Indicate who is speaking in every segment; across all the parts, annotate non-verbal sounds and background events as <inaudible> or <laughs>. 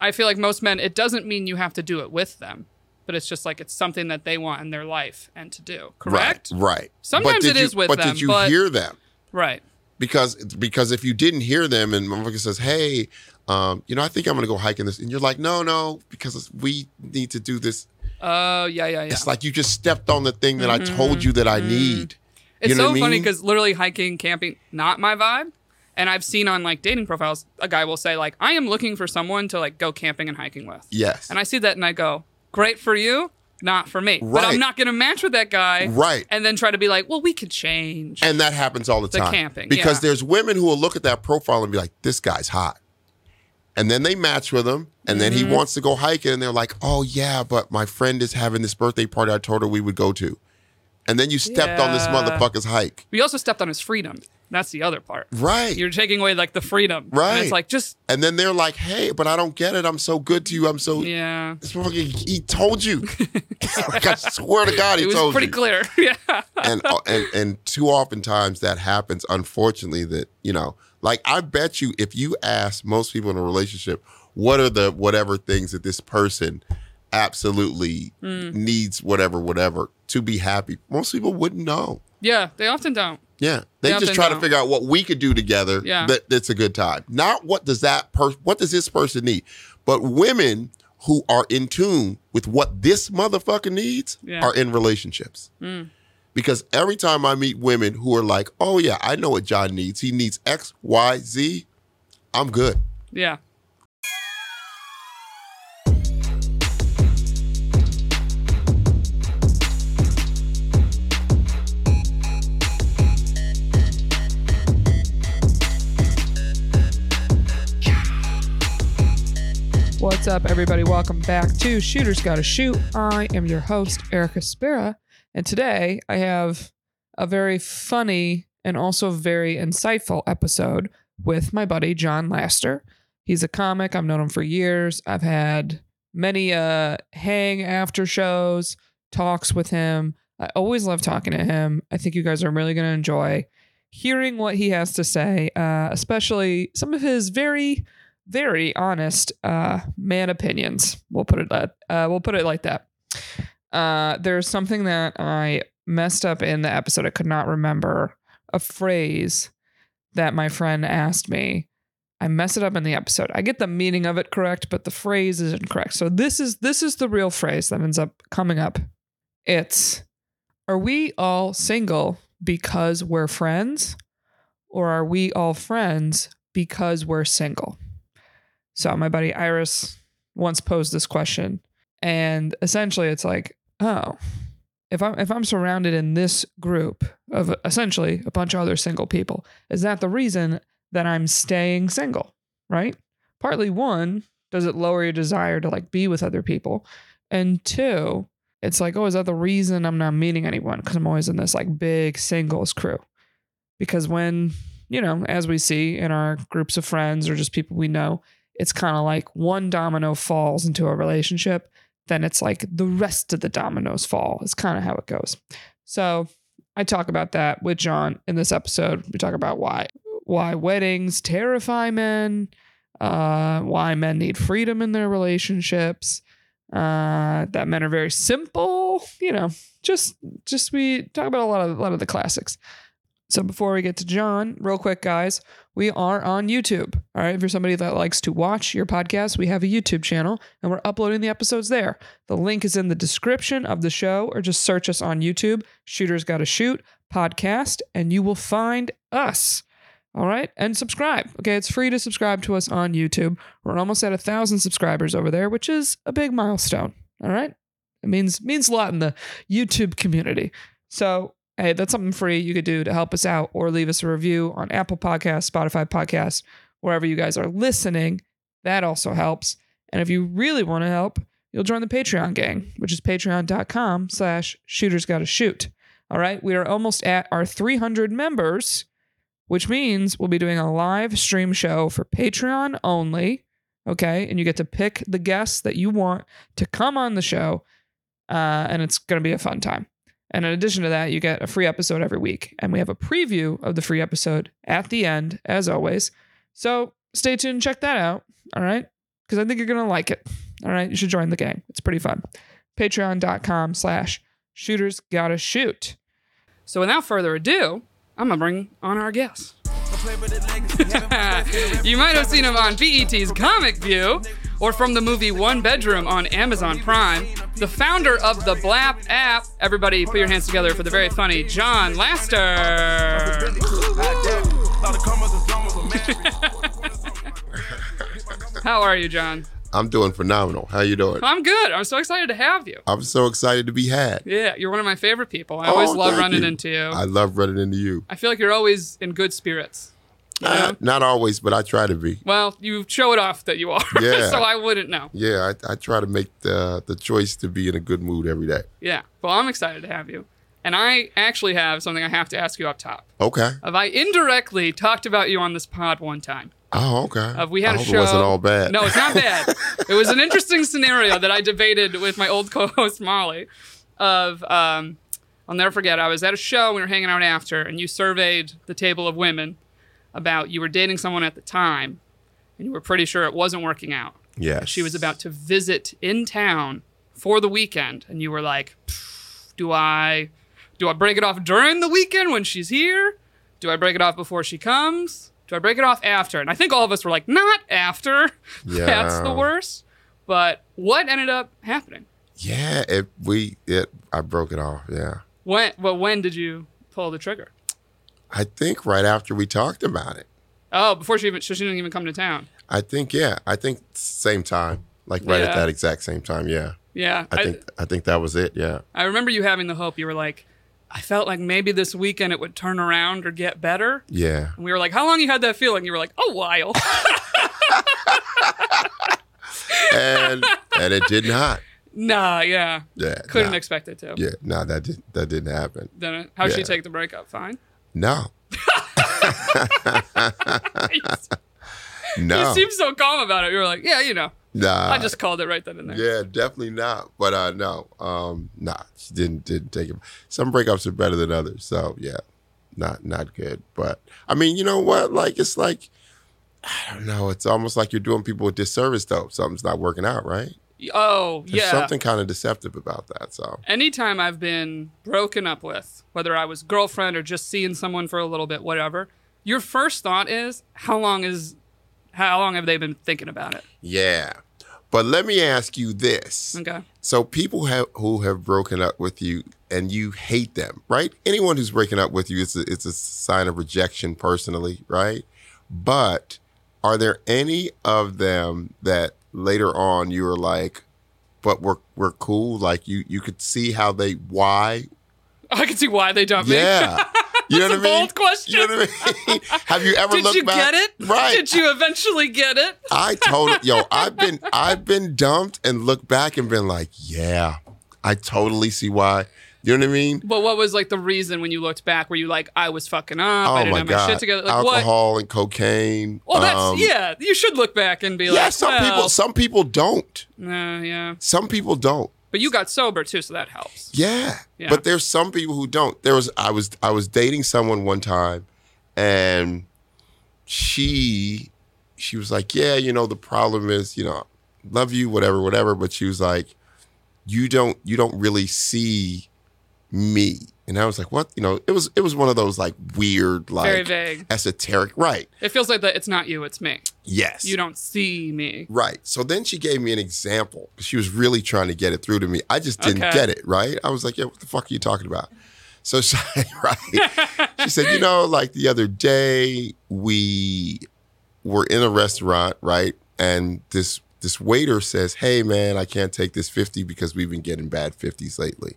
Speaker 1: I feel like most men, it doesn't mean you have to do it with them, but it's just like it's something that they want in their life and to do. Correct?
Speaker 2: Right. right.
Speaker 1: Sometimes
Speaker 2: did
Speaker 1: it
Speaker 2: you,
Speaker 1: is with
Speaker 2: But
Speaker 1: them,
Speaker 2: did you
Speaker 1: but-
Speaker 2: hear them?
Speaker 1: Right.
Speaker 2: Because because if you didn't hear them, and motherfucker says, "Hey, um, you know, I think I'm gonna go hiking this," and you're like, "No, no," because we need to do this.
Speaker 1: Oh, yeah, yeah, yeah.
Speaker 2: It's like you just stepped on the thing that I told you that I need.
Speaker 1: Mm-hmm, It's
Speaker 2: you know
Speaker 1: so
Speaker 2: what I
Speaker 1: funny
Speaker 2: mean?
Speaker 1: because literally hiking, camping, not my vibe. And I've seen on like dating profiles, a guy will say like, "I am looking for someone to like go camping and hiking with."
Speaker 2: Yes.
Speaker 1: And I see that and I go, "Great for you, not for me." But
Speaker 2: Right.
Speaker 1: I'm not going to match with that guy,
Speaker 2: Right.
Speaker 1: And then try to be like, "Well, we could change."
Speaker 2: And that happens all the, time.
Speaker 1: camping,
Speaker 2: Because
Speaker 1: yeah.
Speaker 2: there's women who will look at that profile and be like, this guy's hot. And then they match with him. And then
Speaker 1: Mm-hmm.
Speaker 2: he wants to go hiking. And they're like, oh, yeah, but my friend is having this birthday party I told her we would go to. And then you stepped on this
Speaker 1: Yeah.
Speaker 2: motherfucker's hike.
Speaker 1: we also stepped on his freedom. That's the other part.
Speaker 2: Right.
Speaker 1: You're taking away like the freedom. And
Speaker 2: Right.
Speaker 1: it's like just
Speaker 2: and then they're like, hey, but I don't get it. I'm so good to you. I'm so.
Speaker 1: yeah.
Speaker 2: This motherfucker, <laughs> he told you. <laughs> like, I swear to God, he
Speaker 1: It was
Speaker 2: told
Speaker 1: pretty
Speaker 2: you.
Speaker 1: clear. <laughs> yeah.
Speaker 2: and uh, and and too oftentimes that happens. Unfortunately, that you know, like I bet you, if you ask most people in a relationship, what are the whatever things that this person absolutely needs, whatever, whatever, to be happy, most people wouldn't know.
Speaker 1: Yeah, they often don't.
Speaker 2: Yeah, they
Speaker 1: Yeah,
Speaker 2: just
Speaker 1: they
Speaker 2: try to
Speaker 1: don't.
Speaker 2: figure out what we could do together.
Speaker 1: Yeah.
Speaker 2: that that's a good time. Not what does that person, what does this person need, but women who are in tune with what this motherfucker needs
Speaker 1: Yeah.
Speaker 2: are in relationships.
Speaker 3: Mm.
Speaker 2: Because every time I meet women who are like, "Oh yeah, I know what John needs. He needs X, Y, Z. I'm good."
Speaker 1: Yeah. What's up, everybody? Welcome back to Shooters Gotta Shoot. I am your host, Erica Spera, and today I have a very funny and also very insightful episode with my buddy John Laster. He's a comic. I've known him for years. I've had many uh hang after shows, talks with him. I always love talking to him. I think you guys are really going to enjoy hearing what he has to say, uh, especially some of his very, very honest uh, man opinions. We'll put it that uh, we'll put it like that. Uh, there's something that I messed up in the episode. I could not remember a phrase that my friend asked me. I mess it up in the episode. I get the meaning of it correct, but the phrase is incorrect. So this is this is the real phrase that ends up coming up. It's are we all single because we're friends or are we all friends because we're single? So my buddy Iris once posed this question and essentially it's like, oh, if I'm if I'm surrounded in this group of essentially a bunch of other single people, is that the reason that I'm staying single? Right? Partly one, does it lower your desire to like be with other people? And two, it's like, oh, is that the reason I'm not meeting anyone? Because I'm always in this like big singles crew. Because when, you know, as we see in our groups of friends or just people we know, it's kind of like one domino falls into a relationship then it's like the rest of the dominoes fall. It's kind of how it goes. So I talk about that with John in this episode. We talk about why why weddings terrify men, uh, why men need freedom in their relationships, uh, that men are very simple. You know, just just we talk about a lot of a lot of the classics. So before we get to John, real quick, guys, we are on YouTube. All right, if you're somebody that likes to watch your podcast, we have a YouTube channel and we're uploading the episodes there. The link is in the description of the show, or just search us on YouTube, Shooters Gotta Shoot podcast, and you will find us. All right, and subscribe. Okay, it's free to subscribe to us on YouTube. We're almost at a thousand subscribers over there, which is a big milestone. All right, it means means a lot in the YouTube community. So hey, that's something free you could do to help us out, or leave us a review on Apple Podcasts, Spotify Podcasts, wherever you guys are listening. That also helps. And if you really want to help, you'll join the Patreon gang, which is patreon.com slash shooters gotta shoot. All right, we are almost at our 300 members, which means we'll be doing a live stream show for Patreon only. Okay, and you get to pick the guests that you want to come on the show, uh, and it's going to be a fun time. And in addition to that, you get a free episode every week, and we have a preview of the free episode at the end, as always. So stay tuned, check that out. All right because I think you're gonna like it. All right, you should join the gang. It's pretty fun. Patreon.com slash shooters gotta shoot.
Speaker 3: So without further ado, I'm gonna bring on our guest. <laughs> you might have seen him on BET's Comic View or from the movie One Bedroom on Amazon Prime. The founder of the Blap app. Everybody, put your hands together for the very funny John Laster. <laughs> How are you, John?
Speaker 2: I'm doing phenomenal. How you doing?
Speaker 3: I'm good. I'm so excited to have you.
Speaker 2: I'm so excited to be had.
Speaker 3: Yeah, you're one of my favorite people. I
Speaker 2: Oh,
Speaker 3: always love
Speaker 2: thank
Speaker 3: running
Speaker 2: you.
Speaker 3: into you.
Speaker 2: I love running into you.
Speaker 3: I feel like you're always in good spirits. you know?
Speaker 2: Uh, not always, but I try to be.
Speaker 3: Well, you show it off that you are. <laughs>
Speaker 2: Yeah.
Speaker 3: so I wouldn't know.
Speaker 2: Yeah, I, I try to make the the choice to be in a good mood every day.
Speaker 3: Yeah. Well, I'm excited to have you. And I actually have something I have to ask you up top.
Speaker 2: Okay.
Speaker 3: Have I indirectly talked about you on this pod one time?
Speaker 2: Oh, okay.
Speaker 3: Uh, we had
Speaker 2: I
Speaker 3: a
Speaker 2: hope
Speaker 3: show.
Speaker 2: It wasn't all bad.
Speaker 3: No, it's not bad. it was an interesting scenario that I debated with my old <laughs> co-host Molly. Of um, I'll never forget. I was at a show. We were hanging out after, and you surveyed the table of women about you were dating someone at the time, and you were pretty sure it wasn't working out.
Speaker 2: <laughs> Yes.
Speaker 3: She was about to visit in town for the weekend, and you were like, "Pff, "Do I, do I break it off during the weekend when she's here? Do I break it off before she comes? Do I break it off after?" And I think all of us were like, "Not after. <laughs> That's the
Speaker 2: Yeah.
Speaker 3: worst." But what ended up happening?
Speaker 2: Yeah. It. We. It. I broke it off. Yeah.
Speaker 3: When? Well, when did you pull the trigger?
Speaker 2: I think right after we talked about it.
Speaker 3: Oh, before she even so she didn't even come to town.
Speaker 2: I think. Yeah. I think same time. Like right
Speaker 3: Yeah.
Speaker 2: at that exact same time. Yeah.
Speaker 3: Yeah,
Speaker 2: I think. I think that was it. Yeah.
Speaker 3: I remember you having the hope. You were like, "I felt like maybe this weekend it would turn around or get better." <laughs>
Speaker 2: Yeah.
Speaker 3: And we were like, how long you had that feeling? You were like, a
Speaker 2: <laughs>
Speaker 3: while.
Speaker 2: And and it did not.
Speaker 3: nah, yeah.
Speaker 2: Yeah.
Speaker 3: Couldn't
Speaker 2: nah.
Speaker 3: expect it to.
Speaker 2: Yeah. No. That did. That didn't happen.
Speaker 3: Then how'd she
Speaker 2: Yeah.
Speaker 3: take the breakup? Fine.
Speaker 2: <laughs> No.
Speaker 3: you
Speaker 2: No.
Speaker 3: seemed so calm about it. You were like, yeah, you know.
Speaker 2: nah.
Speaker 3: I just called it right then and there.
Speaker 2: Yeah, definitely not. But uh no, um nah, she didn't didn't take it. Some breakups are better than others. So yeah, not not good. But I mean, you know what? Like it's like I don't know, it's almost like you're doing people a disservice though. if Something's not working out, right?
Speaker 3: Oh,
Speaker 2: There's
Speaker 3: yeah.
Speaker 2: something kind of deceptive about that. So
Speaker 3: Anytime I've been broken up with, whether I was girlfriend or just seeing someone for a little bit, whatever, your first thought is, how long is, how long have they been thinking about it?
Speaker 2: yeah. But let me ask you this.
Speaker 3: Okay.
Speaker 2: So people have, who have broken up with you and you hate them, right? Anyone who's breaking up with you, it's a, it's a sign of rejection personally, right? But are there any of them that later on you were like, but we're we're cool? Like you you could see how they
Speaker 3: <laughs>
Speaker 2: why?
Speaker 3: I can see why they dumped me.
Speaker 2: Yeah. You know
Speaker 3: That's
Speaker 2: what
Speaker 3: a
Speaker 2: I mean?
Speaker 3: bold question.
Speaker 2: You know what I mean? <laughs> Have you ever
Speaker 3: Did
Speaker 2: looked
Speaker 3: you
Speaker 2: back?
Speaker 3: get it?
Speaker 2: Right.
Speaker 3: Did you eventually get it?
Speaker 2: I totally yo, I've been I've been dumped and looked back and been like, yeah, I totally see why. You know what I mean?
Speaker 3: But what was like the reason when you looked back? Were you like, I was fucking up? I
Speaker 2: Oh
Speaker 3: didn't
Speaker 2: my
Speaker 3: have
Speaker 2: god!
Speaker 3: my shit together. Like what?
Speaker 2: Alcohol and cocaine.
Speaker 3: Well, that's
Speaker 2: um,
Speaker 3: yeah. You should look back and be
Speaker 2: Yeah,
Speaker 3: like,
Speaker 2: some
Speaker 3: well,
Speaker 2: people. Some people don't.
Speaker 3: nah, yeah.
Speaker 2: Some people don't.
Speaker 3: But you got sober too, so that helps.
Speaker 2: Yeah.
Speaker 3: Yeah.
Speaker 2: But there's some people who don't. There was I was I was dating someone one time and she she was like, "Yeah, you know, the problem is, you know, love you whatever whatever, but she was like, you don't you don't really see me." And I was like, "What?" You know, it was it was one of those like weird like
Speaker 3: Very vague.
Speaker 2: esoteric, right?
Speaker 3: It feels like that. It's not you. It's me.
Speaker 2: Yes.
Speaker 3: You don't see me.
Speaker 2: Right. So then she gave me an example. She was really trying to get it through to me. I just didn't
Speaker 3: Okay.
Speaker 2: get it, right? I was like, yeah, what the fuck are you talking about? So <laughs> she, right. she said, you know, like the other day we were in a restaurant, right? And this this waiter says, "Hey man, I can't take this 50 because we've been getting bad 50s lately."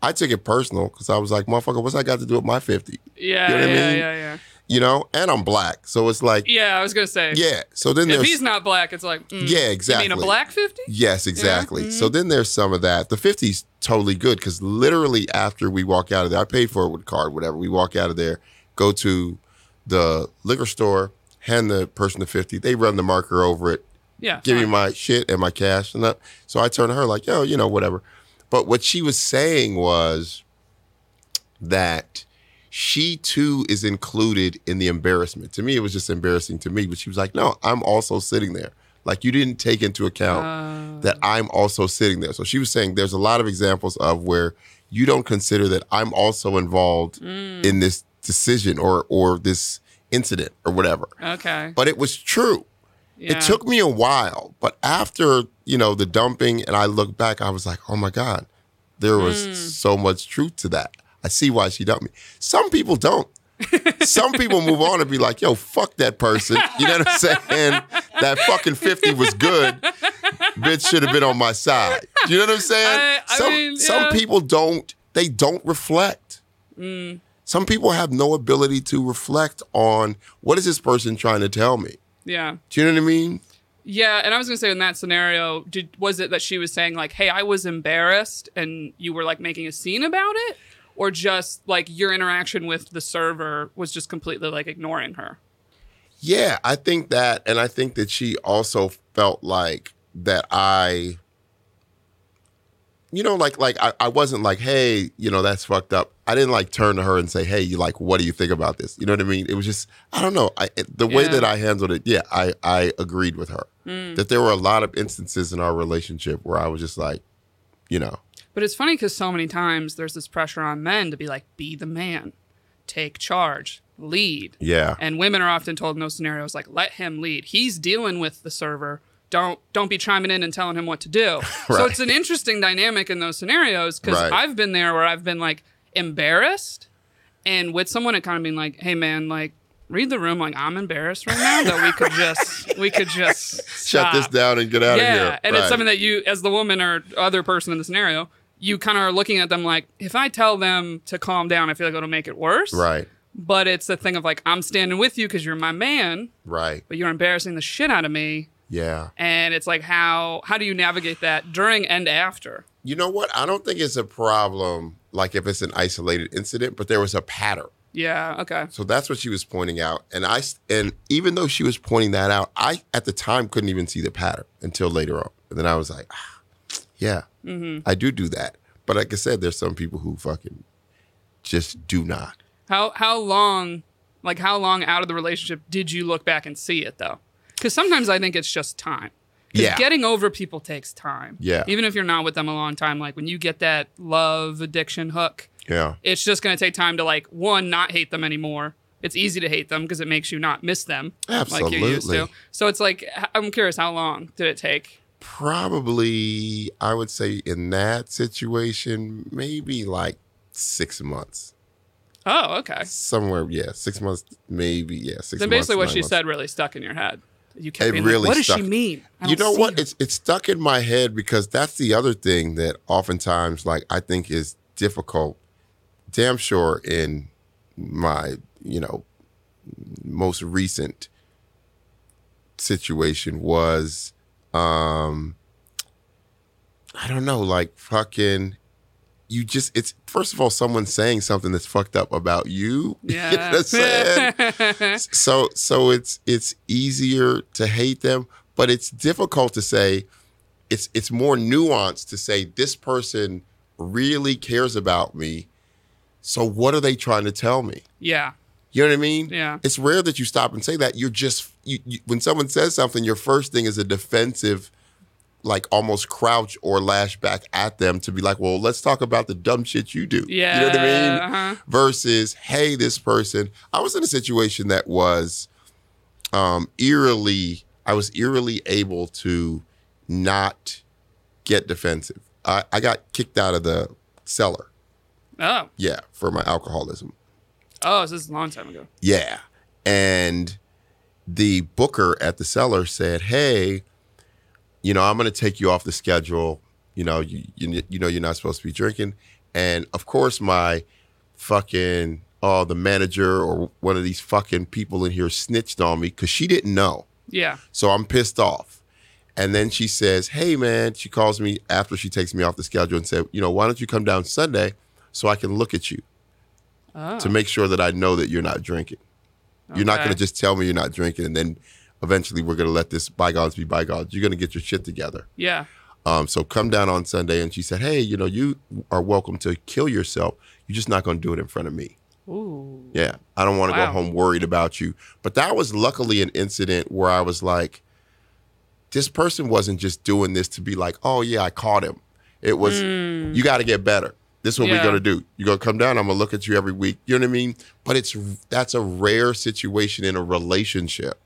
Speaker 2: I took it personal cuz I was like, "Motherfucker, what's I got to do with my 50?"
Speaker 3: Yeah,
Speaker 2: You know what I
Speaker 3: yeah,
Speaker 2: mean?
Speaker 3: yeah, yeah.
Speaker 2: You know? And I'm black. So it's like,
Speaker 3: Yeah, I was gonna say.
Speaker 2: yeah. So then
Speaker 3: If
Speaker 2: there's
Speaker 3: he's not black, it's like. Mm,
Speaker 2: Yeah,
Speaker 3: You mean
Speaker 2: exactly.
Speaker 3: a black fifty?
Speaker 2: Yes, exactly. So then there's some of that. The 50's totally good because literally after we walk out of there, I paid for it with a card, whatever. We walk out of there, go to the liquor store, hand the person the 50. They run the marker over it,
Speaker 3: Yeah.
Speaker 2: give me
Speaker 3: fine.
Speaker 2: my shit and my cash. And that. So I turned to her like, yo, you know, whatever. But what she was saying was that she too is included in the embarrassment. To me, it was just embarrassing to me. But she was like, no, I'm also sitting there. Like you didn't take into account
Speaker 3: Uh,
Speaker 2: that I'm also sitting there. So she was saying there's a lot of examples of where you don't consider that I'm also involved
Speaker 3: mm,
Speaker 2: in this decision or or this incident or whatever.
Speaker 3: Uh, okay.
Speaker 2: But it was true.
Speaker 3: Yeah.
Speaker 2: It took me a while, but after, you know, the dumping and I look back, I was like, "Oh my god, there was
Speaker 3: Mm.
Speaker 2: so much truth to that." I see why she dumped me. Some people don't. Some people move on and be like, "Yo, fuck that person." You know what I'm saying? that fucking 50 was good. Bitch should have been on my side. You know what I'm saying?
Speaker 3: I- I
Speaker 2: some
Speaker 3: mean,
Speaker 2: some
Speaker 3: yeah.
Speaker 2: people don't they don't reflect
Speaker 3: Mm,
Speaker 2: some people have no ability to reflect on what is this person trying to tell me
Speaker 3: yeah.
Speaker 2: do you know what i mean
Speaker 3: Yeah, and I was gonna say in that scenario, did was it that she was saying like, "Hey, I was embarrassed," and you were like making a scene about it, or just like your interaction with the server was just completely like ignoring her?
Speaker 2: yeah i think that and i think that she also felt like that i you know like like I, I wasn't like hey you know that's fucked up i didn't like turn to her and say hey you like what do you think about this you know what i mean it was just i don't know i it- the way
Speaker 3: Yeah.
Speaker 2: that i handled it yeah i i agreed with her
Speaker 3: Mm.
Speaker 2: that there were a lot of instances in our relationship where i was just like you know
Speaker 3: But it's funny because so many times there's this pressure on men to be like, "Be the man, take charge, lead,"
Speaker 2: yeah
Speaker 3: and women are often told in those scenarios like, "Let him lead. He's dealing with the server." Don't don't be chiming in and telling him what to
Speaker 2: <laughs>
Speaker 3: do. So
Speaker 2: Right.
Speaker 3: it's an interesting dynamic in those scenarios because
Speaker 2: Right.
Speaker 3: I've been there where I've been like embarrassed, and with someone it kind of being like, "Hey man, like read the room. Like I'm embarrassed right now that we could just we could just
Speaker 2: <laughs> shut this
Speaker 3: stop."
Speaker 2: down and get out
Speaker 3: yeah,
Speaker 2: of here
Speaker 3: and it's
Speaker 2: Right.
Speaker 3: something that you, as the woman or other person in the scenario, you kind of are looking at them like, if I tell them to calm down, I feel like it'll make it worse.
Speaker 2: Right,
Speaker 3: But it's a thing of like, I'm standing with you because you're my man,
Speaker 2: right.
Speaker 3: but you're embarrassing the shit out of me.
Speaker 2: Yeah.
Speaker 3: And it's like, how how do you navigate that during and after?
Speaker 2: You know what? I don't think it's a problem, like if it's an isolated incident, but there was a pattern.
Speaker 3: Yeah. Okay.
Speaker 2: So that's what she was pointing out. And I s- and even though she was pointing that out, I at the time couldn't even see the pattern until later on. And then I was like, ah, yeah,
Speaker 3: Mm-hmm.
Speaker 2: I do do that. But like I said, there's some people who fucking just do not.
Speaker 3: How how long, like how long out of the relationship did you look back and see it though? Because sometimes I think it's just time. 'Cause
Speaker 2: Yeah.
Speaker 3: Getting over people takes time.
Speaker 2: Yeah.
Speaker 3: Even if you're not with them a long time, like when you get that love addiction hook,
Speaker 2: Yeah.
Speaker 3: it's just gonna take time to like one not hate them anymore. It's easy to hate them because it makes you not miss them like you used to.
Speaker 2: Absolutely.
Speaker 3: So it's like h- I'm curious, how long did it take?
Speaker 2: Probably I would say in that situation, maybe like six months.
Speaker 3: Oh, okay.
Speaker 2: somewhere, yeah, six months, maybe, yeah, six.
Speaker 3: Then basically
Speaker 2: months,
Speaker 3: what
Speaker 2: nine
Speaker 3: she
Speaker 2: months.
Speaker 3: said really stuck in your head. You kept
Speaker 2: It
Speaker 3: being
Speaker 2: really
Speaker 3: like, what does
Speaker 2: stuck.
Speaker 3: she mean? I
Speaker 2: You
Speaker 3: don't
Speaker 2: know
Speaker 3: see
Speaker 2: what?
Speaker 3: her."
Speaker 2: It's it's stuck in my head because that's the other thing that oftentimes, like, I think is difficult. Damn sure in my you know most recent situation was um I don't know, like fucking. You just, it's first of all, someone saying something that's fucked up about you.
Speaker 3: <laughs>
Speaker 2: <laughs>
Speaker 3: yeah.
Speaker 2: You know what I'm saying? so so it's it's easier to hate them but it's difficult to say it's it's more nuanced to say this person really cares about me so what are they trying to tell me
Speaker 3: <laughs> yeah.
Speaker 2: you know what i mean
Speaker 3: Yeah.
Speaker 2: it's rare that you stop and say that you're just you, you when someone says something your first thing is a defensive like almost crouch or lash back at them to be like well let's talk about the dumb shit you do
Speaker 3: Yeah.
Speaker 2: you know what i mean
Speaker 3: Uh-huh.
Speaker 2: versus hey this person i was in a situation that was um eerily i was eerily able to not get defensive i, I got kicked out of the cellar
Speaker 3: Oh.
Speaker 2: yeah for my alcoholism
Speaker 3: Oh, so this is a long time ago.
Speaker 2: yeah and the booker at the cellar said hey you know i'm going to take you off the schedule you know you, you, you know you're not supposed to be drinking and of course my fucking oh the manager or one of these fucking people in here snitched on me because she didn't know
Speaker 3: Yeah.
Speaker 2: so i'm pissed off and then she says hey man she calls me after she takes me off the schedule and said you know why don't you come down sunday so i can look at you
Speaker 3: Oh.
Speaker 2: to make sure that i know that you're not drinking you're not
Speaker 3: Okay.
Speaker 2: going to just tell me you're not drinking and then eventually we're going to let this bygones be bygones you're going to get your shit together
Speaker 3: Yeah.
Speaker 2: um, so come down on sunday and she said hey you know you are welcome to kill yourself you're just not going to do it in front of me
Speaker 3: Ooh.
Speaker 2: yeah, I don't want to
Speaker 3: Wow.
Speaker 2: go home worried about you. But that was luckily an incident where I was like, this person wasn't just doing this to be like, oh yeah, I caught him. It was you got to get better. This is what
Speaker 3: Hmm. Yeah.
Speaker 2: we're gonna do. You're gonna come down. I'm gonna look at you every week. You know what I mean? But it's that's a rare situation in a relationship.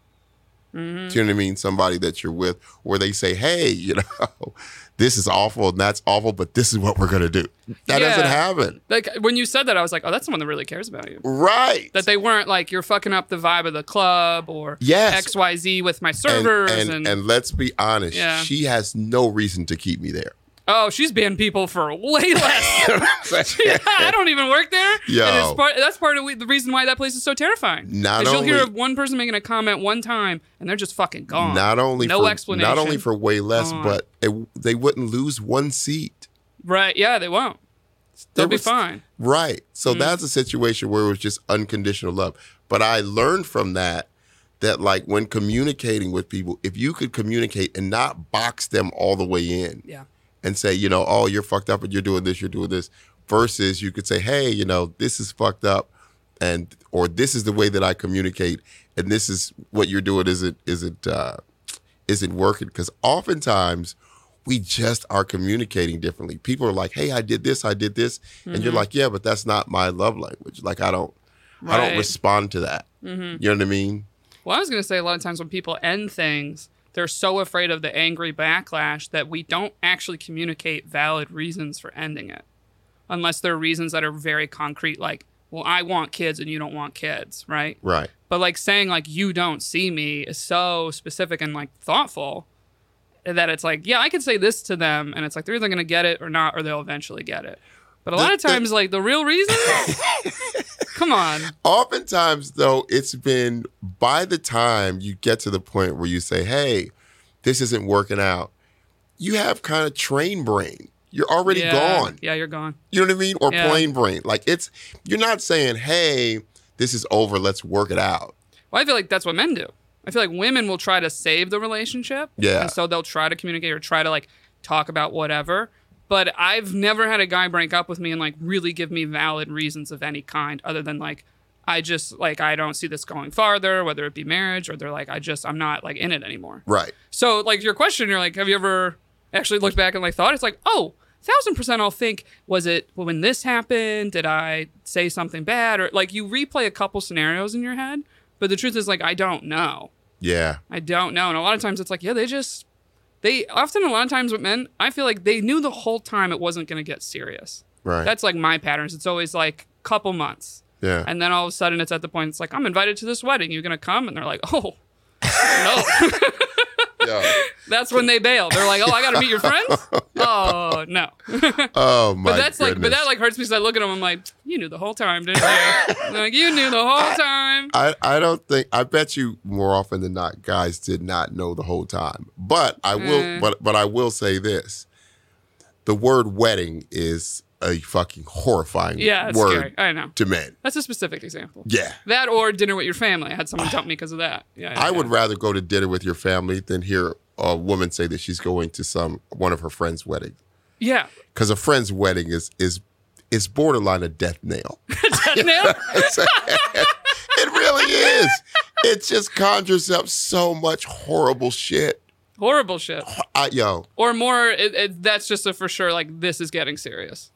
Speaker 3: Mm-hmm.
Speaker 2: Do you know what I mean? Somebody that you're with, where they say, "Hey, <laughs> you know, this is awful and that's awful, but this is what we're gonna do."
Speaker 3: Yeah.
Speaker 2: That doesn't happen,
Speaker 3: Like when you said that, I was like, oh, that's someone that really cares about you.
Speaker 2: right?
Speaker 3: That they weren't like you're fucking up the vibe of the club or
Speaker 2: Yes.
Speaker 3: X Y Z with my
Speaker 2: and,
Speaker 3: servers and,
Speaker 2: and, and let's be honest,
Speaker 3: Yeah.
Speaker 2: she has no reason to keep me there.
Speaker 3: oh, she's banned people for way
Speaker 2: <laughs>
Speaker 3: less. Yeah, I don't even work there.
Speaker 2: Yo.
Speaker 3: And it's part, that's part of we- the reason why that place is so terrifying.
Speaker 2: Not
Speaker 3: 'Cause you'll hear
Speaker 2: only-
Speaker 3: of one person making a comment one time and they're just fucking gone.
Speaker 2: Not only
Speaker 3: no
Speaker 2: for,
Speaker 3: explanation.
Speaker 2: Not only for way less,
Speaker 3: Gone.
Speaker 2: but it, they wouldn't lose one seat.
Speaker 3: right? Yeah, they won't. They'll
Speaker 2: There
Speaker 3: be
Speaker 2: was-
Speaker 3: fine.
Speaker 2: Right. So that's a situation where it was just unconditional love. But I learned from that that like when communicating with people, if you could communicate and not box them all the way in
Speaker 3: Yeah.
Speaker 2: and say, you know, oh, you're fucked up and you're doing this, you're doing this, versus you could say, hey, you know, this is fucked up and or this is the way that I communicate and this is what you're doing isn't isn't uh isn't working because oftentimes we just are communicating differently. People are like, "Hey, I did this, I did this," and
Speaker 3: Mm-hmm.
Speaker 2: you're like, "Yeah, but that's not my love language. Like, I don't, I
Speaker 3: Right. Mm-hmm.
Speaker 2: don't respond to that. You know what I mean?
Speaker 3: Well, I was going to say a lot of times when people end things, they're so afraid of the angry backlash that we don't actually communicate valid reasons for ending it. Unless there are reasons that are very concrete, like, well, I want kids and you don't want kids, right?
Speaker 2: Right?
Speaker 3: But like saying, like, you don't see me is so specific and like thoughtful that it's like, yeah, I could say this to them. And it's like, they're either going to get it or not, or they'll eventually get it. But a lot of
Speaker 2: The- the-
Speaker 3: times, like, the real
Speaker 2: <laughs>
Speaker 3: reason? come on.
Speaker 2: Oftentimes, though, it's been by the time you get to the point where you say, "Hey, this isn't working out," you have kind of train brain. You're already
Speaker 3: yeah.
Speaker 2: gone.
Speaker 3: Yeah, you're gone.
Speaker 2: You know what I mean? Or
Speaker 3: Yeah.
Speaker 2: plain brain. Like it's you're not saying, "Hey, this is over. Let's work it out."
Speaker 3: Well, I feel like that's what men do. I feel like women will try to save the relationship.
Speaker 2: Yeah.
Speaker 3: And so they'll try to communicate or try to like talk about whatever. But I've never had a guy break up with me and like really give me valid reasons of any kind other than like, I just like, I don't see this going farther, whether it be marriage or they're like, I just, I'm not like in it anymore.
Speaker 2: Right.
Speaker 3: So, like, your question, you're like, have you ever actually looked back and like thought? It's like, oh, thousand percent, I'll think, was it when this happened? Did I say something bad? Or like, you replay a couple scenarios in your head. But the truth is, like, I don't know.
Speaker 2: Yeah.
Speaker 3: I don't know. And a lot of times it's like, yeah, they just, they often, a lot of times with men, I feel like they knew the whole time it wasn't going to get serious.
Speaker 2: Right.
Speaker 3: That's like my patterns. It's always like couple months.
Speaker 2: yeah.
Speaker 3: <laughs> And then all of a sudden it's at the point, it's like, I'm invited to this wedding. You going to come? And they're like, oh, no.
Speaker 2: Yeah.
Speaker 3: That's when they bail. They're like, "Oh, I got to meet your friends."
Speaker 2: <laughs>
Speaker 3: Oh no! <laughs>
Speaker 2: Oh my
Speaker 3: But that's like, but
Speaker 2: goodness.
Speaker 3: that like hurts me because I look at them. I'm like, "You knew the whole time, didn't you?"
Speaker 2: <laughs>
Speaker 3: I'm like, "You knew the whole time."
Speaker 2: I, I don't think I bet you more often than not guys did not know the whole time. But I will
Speaker 3: Mm.
Speaker 2: but but I will say this. The word wedding is a fucking horrifying
Speaker 3: Yeah, it's
Speaker 2: word
Speaker 3: scary. I know.
Speaker 2: to men.
Speaker 3: That's a specific example.
Speaker 2: Yeah.
Speaker 3: That or dinner with your family. I had someone dump me because of that. Yeah, yeah,
Speaker 2: I would
Speaker 3: yeah.
Speaker 2: rather go to dinner with your family than hear a woman say that she's going to some one of her friends' wedding.
Speaker 3: Yeah,
Speaker 2: Because a friend's wedding is is is borderline a death nail. <laughs>
Speaker 3: <laughs> No?
Speaker 2: it really is. It just conjures up so much horrible shit.
Speaker 3: horrible shit.
Speaker 2: I, yo,
Speaker 3: Or more. It, it, that's just a for sure. Like this is getting serious.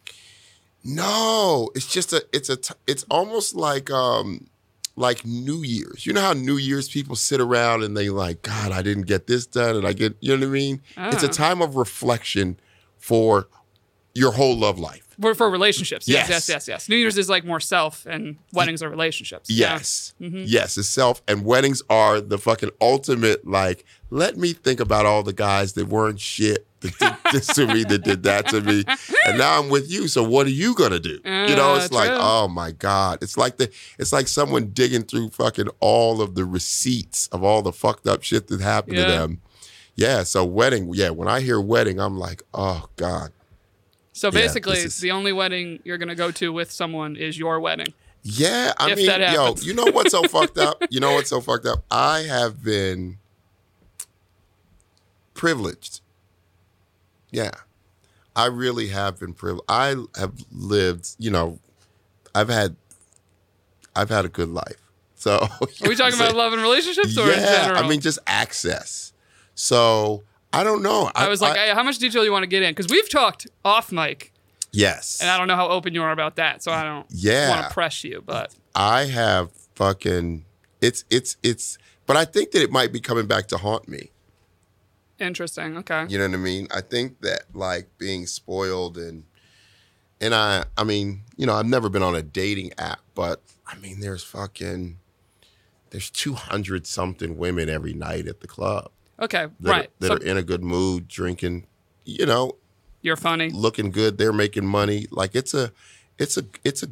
Speaker 2: No, it's just a it's a t- it's almost like um like New Year's. You know how New Year's people sit around and they like, God, I didn't get this done, and I get you know what I mean. It's a
Speaker 3: Ah.
Speaker 2: time of reflection for your whole love life.
Speaker 3: We're for relationships. Yes, yes,
Speaker 2: Yes.
Speaker 3: yes, yes. New Year's is like more self, and weddings are relationships. Yeah. Mm-hmm.
Speaker 2: Yes, yes, it's self and weddings are the fucking ultimate. Like, let me think about all the guys that weren't shit that
Speaker 3: <laughs>
Speaker 2: did this to me, that did that to me, and now I'm with you. So what are you gonna do? you know,
Speaker 3: Uh,
Speaker 2: it's like,
Speaker 3: true.
Speaker 2: oh my god, it's like the, it's like someone digging through fucking all of the receipts of all the fucked up shit that happened
Speaker 3: Yeah.
Speaker 2: to them. Yeah, so wedding. Yeah, when I hear wedding, I'm like, oh god,
Speaker 3: So
Speaker 2: Yeah,
Speaker 3: basically,
Speaker 2: this is-
Speaker 3: the only wedding you're going to go to with someone is your wedding.
Speaker 2: Yeah, I
Speaker 3: If
Speaker 2: mean,
Speaker 3: that
Speaker 2: yo,
Speaker 3: happens.
Speaker 2: you know what's so fucked
Speaker 3: <laughs>
Speaker 2: up? You know what's so fucked up? I have been privileged. Yeah. I really have been privileged. I have lived, you know, I've had I've had a good life. So <laughs>
Speaker 3: Are we talking about love and relationships or in
Speaker 2: yeah,
Speaker 3: general?
Speaker 2: I mean just access So I don't know.
Speaker 3: I was like, "Hey, how much detail you want to get in? Because we've talked off mic,
Speaker 2: yes.
Speaker 3: and I don't know how open you are about that, so I don't
Speaker 2: Yeah.
Speaker 3: want to press you. But
Speaker 2: I have fucking it's it's it's but I think that it might be coming back to haunt me.
Speaker 3: interesting. Okay.
Speaker 2: You know what I mean? I think that like being spoiled and and I I mean, you know, I've never been on a dating app, but I mean there's fucking there's 200 something women every night at the club
Speaker 3: Okay.
Speaker 2: that,
Speaker 3: right.
Speaker 2: are, that
Speaker 3: so
Speaker 2: are in a good mood, drinking, you know,
Speaker 3: you're funny.
Speaker 2: looking good, they're making money. Like it's a it's a it's a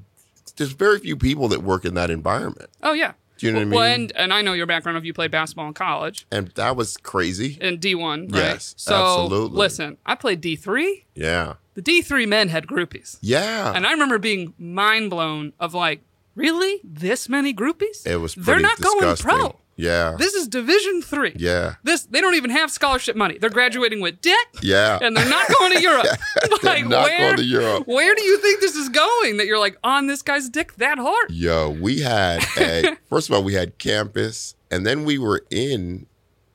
Speaker 2: there's very few people that work in that environment.
Speaker 3: Oh yeah.
Speaker 2: Do you know what
Speaker 3: Well,
Speaker 2: I mean?
Speaker 3: and, and I know your background of you played basketball in college
Speaker 2: and that was crazy.
Speaker 3: in D1, right?
Speaker 2: Yes,
Speaker 3: so
Speaker 2: absolutely.
Speaker 3: listen, I played D3.
Speaker 2: Yeah.
Speaker 3: The D3 men had groupies.
Speaker 2: Yeah.
Speaker 3: And I remember being mind blown of like, really? This many groupies?
Speaker 2: it was pretty
Speaker 3: They're not
Speaker 2: disgusting.
Speaker 3: going pro.
Speaker 2: Yeah.
Speaker 3: This is division 3.
Speaker 2: yeah.
Speaker 3: This they don't even have scholarship money. They're graduating with debt
Speaker 2: Yeah.
Speaker 3: and they're not going to
Speaker 2: <laughs>
Speaker 3: Europe. <laughs> like
Speaker 2: not
Speaker 3: where
Speaker 2: going to Europe.
Speaker 3: Where do you think this is going that you're like on this guy's dick that hard?
Speaker 2: Yo, we had
Speaker 3: <laughs>
Speaker 2: a first of all, we had campus, and then we were in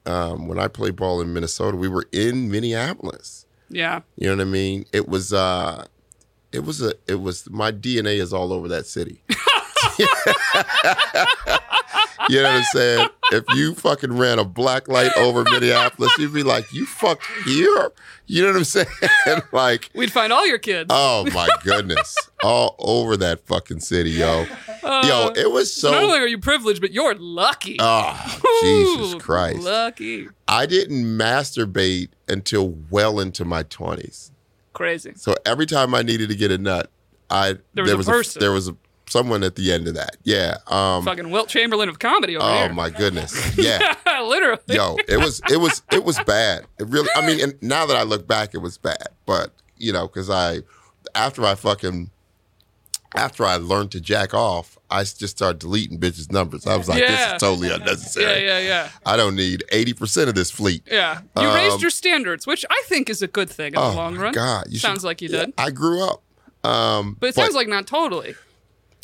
Speaker 2: um, when I played ball in Minnesota, we were in Minneapolis.
Speaker 3: Yeah.
Speaker 2: You know what I mean? It was uh it was a it was my DNA is all over that city. <laughs> you know what I'm saying? If you fucking ran a black light over Minneapolis, you'd be like, you fuck here. You know what I'm <laughs> saying? like
Speaker 3: We'd find all your kids.
Speaker 2: Oh my goodness. All over that fucking city, yo. Yo, it was
Speaker 3: Uh, not
Speaker 2: so
Speaker 3: only are you privileged, but you're lucky.
Speaker 2: Oh,
Speaker 3: Ooh,
Speaker 2: Jesus Christ.
Speaker 3: Lucky.
Speaker 2: I didn't masturbate until well into my 20s.
Speaker 3: Crazy.
Speaker 2: So every time I needed to get a nut, I
Speaker 3: There was a person.
Speaker 2: there was a, someone at the end of that. Yeah. Um
Speaker 3: Fucking Wilt Chamberlain of comedy over
Speaker 2: Oh
Speaker 3: here. <laughs>
Speaker 2: my goodness. Yeah.
Speaker 3: Literally.
Speaker 2: Yo, it was it was it was bad. It really I mean, and now that I look back it was bad, but you know, cuz I after I fucking after I learned to jack off, I s- just started deleting bitches numbers. I was like, this
Speaker 3: Yeah.
Speaker 2: is totally unnecessary.
Speaker 3: Yeah, yeah, yeah.
Speaker 2: I don't need 80% of this fleet.
Speaker 3: Yeah. You
Speaker 2: Um,
Speaker 3: raised your standards, which I think is a good thing in
Speaker 2: Oh
Speaker 3: the long
Speaker 2: my
Speaker 3: run.
Speaker 2: god, you
Speaker 3: sounds
Speaker 2: should-
Speaker 3: like you
Speaker 2: yeah,
Speaker 3: did.
Speaker 2: I grew up. Um
Speaker 3: But it sounds like not totally.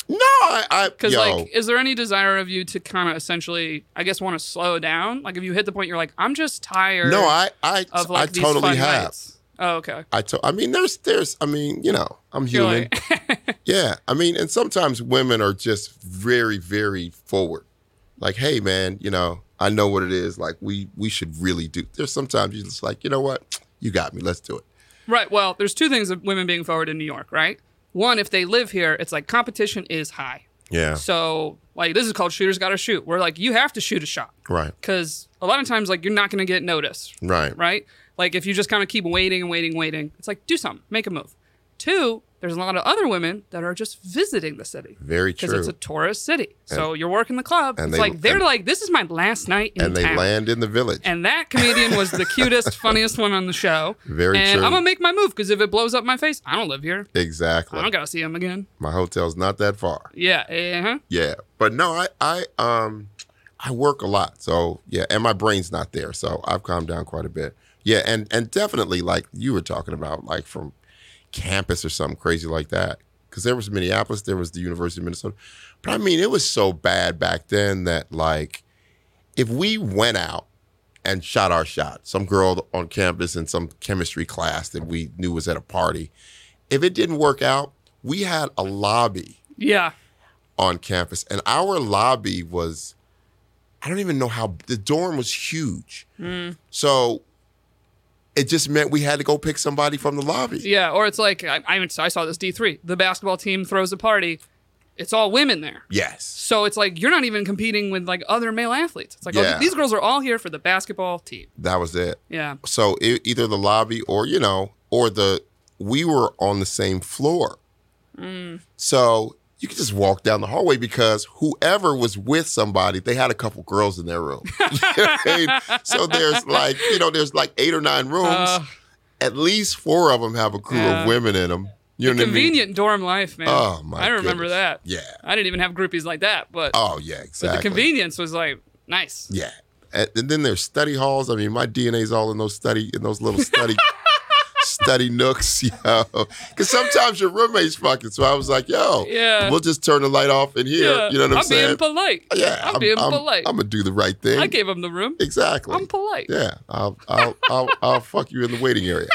Speaker 2: No, I, I
Speaker 3: Because,
Speaker 2: yo,
Speaker 3: like, is there any desire of you to kind of essentially, I guess, want to slow down? Like, if you hit the point you're like, I'm just tired
Speaker 2: No, I I
Speaker 3: of like
Speaker 2: I
Speaker 3: these
Speaker 2: totally
Speaker 3: fun
Speaker 2: have.
Speaker 3: nights. Oh, okay.
Speaker 2: I to, I mean, there's, there's, I mean, you know, I'm
Speaker 3: You're <laughs>
Speaker 2: human.
Speaker 3: like,
Speaker 2: Yeah. I mean, and sometimes women are just very, very forward. Like, hey, man, you know, I know what it is. Like, we, we should really do. There's sometimes you're just like, you know what? You got me. Let's do it.
Speaker 3: Right. Well, there's two things of women being forward in New York, right? One, if they live here, it's like competition is high.
Speaker 2: Yeah.
Speaker 3: So, like, this is called shooters got to shoot. We're like, you have to shoot a shot
Speaker 2: Right.
Speaker 3: because a lot of times, like, you're not going to get noticed,
Speaker 2: Right.
Speaker 3: right? Like, if you just kind of keep waiting and waiting, waiting, it's like, do something, make a move. Two, there's a lot of other women that are just visiting the city
Speaker 2: Very
Speaker 3: because it's a
Speaker 2: true.
Speaker 3: tourist city. So, you're working the club.
Speaker 2: and
Speaker 3: It's
Speaker 2: they-
Speaker 3: like, they're
Speaker 2: and-
Speaker 3: like, this is my last night in
Speaker 2: And they
Speaker 3: town.
Speaker 2: land in the village.
Speaker 3: And that comedian was
Speaker 2: <laughs>
Speaker 3: the cutest, funniest one on the show.
Speaker 2: Very
Speaker 3: and
Speaker 2: true.
Speaker 3: I'm gonna make my move because if it blows up my face, I don't live here. I
Speaker 2: exactly.
Speaker 3: don't gotta see him again.
Speaker 2: My hotel's not that far.
Speaker 3: Yeah. Uh-huh.
Speaker 2: Yeah. But no, I, I, um, I work a lot. So yeah. And my brain's not there. So I've calmed down quite a bit. Yeah. And, and definitely like you were talking about, like from campus or something crazy like that. Cause there was Minneapolis, there was the University of Minnesota. But I mean, it was so bad back then that like if we went out and shot our shot, some girl on campus in some chemistry class that we knew was at a party, if it didn't work out, we had a lobby
Speaker 3: Yeah.
Speaker 2: on campus and our lobby was i don't even know how the dorm was huge so it just meant we had to go pick somebody from the lobby
Speaker 3: Yeah. Or it's like I, I even- I saw this D three. The basketball team throws a party. It's all women there.
Speaker 2: yes
Speaker 3: So it's like you're not even competing with like other male athletes. It's like oh,
Speaker 2: Yeah.
Speaker 3: these girls are all here for the basketball team.
Speaker 2: that was it
Speaker 3: Yeah.
Speaker 2: so e- either the lobby or you know or the we were on the same floor
Speaker 3: Mm.
Speaker 2: so you could just walk down the hallway because whoever was with somebody they had a couple girls in their room <laughs> You know what I mean? so there's like you know there's like eight or nine rooms
Speaker 3: Uh,
Speaker 2: at least four of them have a crew
Speaker 3: Yeah.
Speaker 2: of women in them. You know what I mean?
Speaker 3: convenient dorm life, man.
Speaker 2: Oh my!
Speaker 3: I remember
Speaker 2: goodness.
Speaker 3: that.
Speaker 2: Yeah.
Speaker 3: I didn't even have groupies like that, but
Speaker 2: Oh yeah.
Speaker 3: but
Speaker 2: Exactly.
Speaker 3: the convenience was like nice.
Speaker 2: Yeah.
Speaker 3: <laughs>
Speaker 2: And and then there's study halls. I mean, my DNA's all in those study in those little study study nooks, <laughs> yo. Because sometimes your roommate's fucking. So I was like, yo,
Speaker 3: Yeah.
Speaker 2: we'll just turn the light off in here.
Speaker 3: Yeah.
Speaker 2: You know what I'm, saying? Oh,
Speaker 3: being polite.
Speaker 2: yeah,
Speaker 3: I'm, being polite.
Speaker 2: I'm gonna do the right thing.
Speaker 3: I gave him the room.
Speaker 2: exactly.
Speaker 3: I'm polite.
Speaker 2: yeah, I'll I'll, I'll I'll fuck you in the waiting
Speaker 3: <laughs>
Speaker 2: area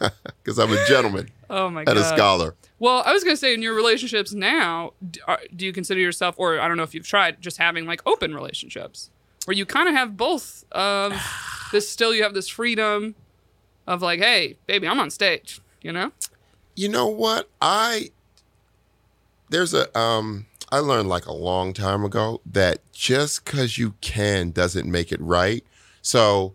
Speaker 2: <laughs> because I'm a gentleman
Speaker 3: Oh my
Speaker 2: and
Speaker 3: god.
Speaker 2: a scholar.
Speaker 3: Well, I was gonna say, in your relationships now, d- are- do you consider yourself, or I don't know if you've tried, just having like open relationships, where you kind of have both
Speaker 2: <sighs>
Speaker 3: of this. Still, you have this freedom of like, hey, baby, I'm on stage. You know?
Speaker 2: you know what i there's a um i learned like a long time ago that just because you can doesn't make it right so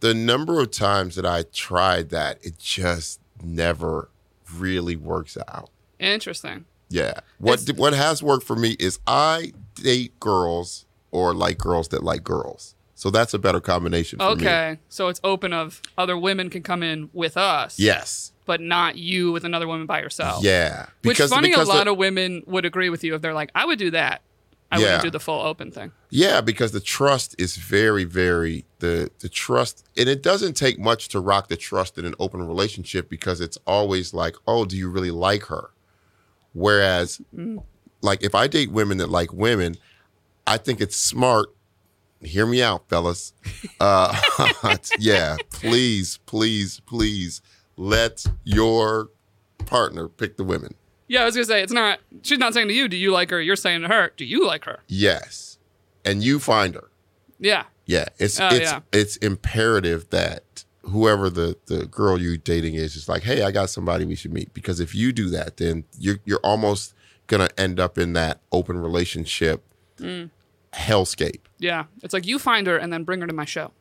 Speaker 2: the number of times that i tried that it just never really works out
Speaker 3: Interesting.
Speaker 2: yeah what
Speaker 3: It's-
Speaker 2: did- what has worked for me is i date girls or like girls that like girls so that's a better combination for me
Speaker 3: Okay, so it's open of other women can come in with us,
Speaker 2: yes
Speaker 3: but not you with another woman by yourself.
Speaker 2: yeah
Speaker 3: Which funny, a
Speaker 2: the-
Speaker 3: lot of women would agree with you if they're like, I would do that. I
Speaker 2: Yeah.
Speaker 3: wouldn't do the full open thing.
Speaker 2: Yeah, because the trust is very, very the the trust, and it doesn't take much to rock the trust in an open relationship because it's always like, oh, do you really like her? Whereas, like if I date women that like women, I think it's smart. Hear me out, fellas. Uh, <laughs> yeah, please, please, please let your partner pick the women.
Speaker 3: Yeah, I was gonna say it's not. She's not saying to you, "Do you like her?" You're saying to her, "Do you like her?"
Speaker 2: Yes, and you find her.
Speaker 3: Yeah,
Speaker 2: Yeah, it's
Speaker 3: Oh,
Speaker 2: it's
Speaker 3: yeah.
Speaker 2: it's imperative that whoever the the girl you dating is is like, hey, I got somebody we should meet. Because if you do that, then you're you're almost gonna end up in that open relationship
Speaker 3: Mm.
Speaker 2: hellscape.
Speaker 3: yeah. It's like you find her and then bring her to my show,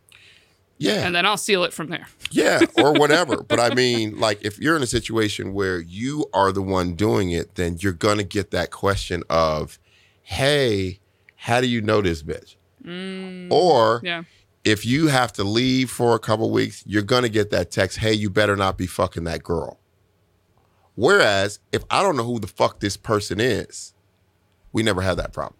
Speaker 2: Yeah,
Speaker 3: and then I'll seal it from there. <laughs>
Speaker 2: yeah, or whatever. but I mean, like, if you're in a situation where you are the one doing it, then you're gonna get that question of, hey, how do you know this bitch?
Speaker 3: Mm.
Speaker 2: or
Speaker 3: Yeah,
Speaker 2: if you have to leave for a couple weeks, you're gonna get that text, hey, you better not be fucking that girl. Whereas if I don't know who the fuck this person is, we never had that problem.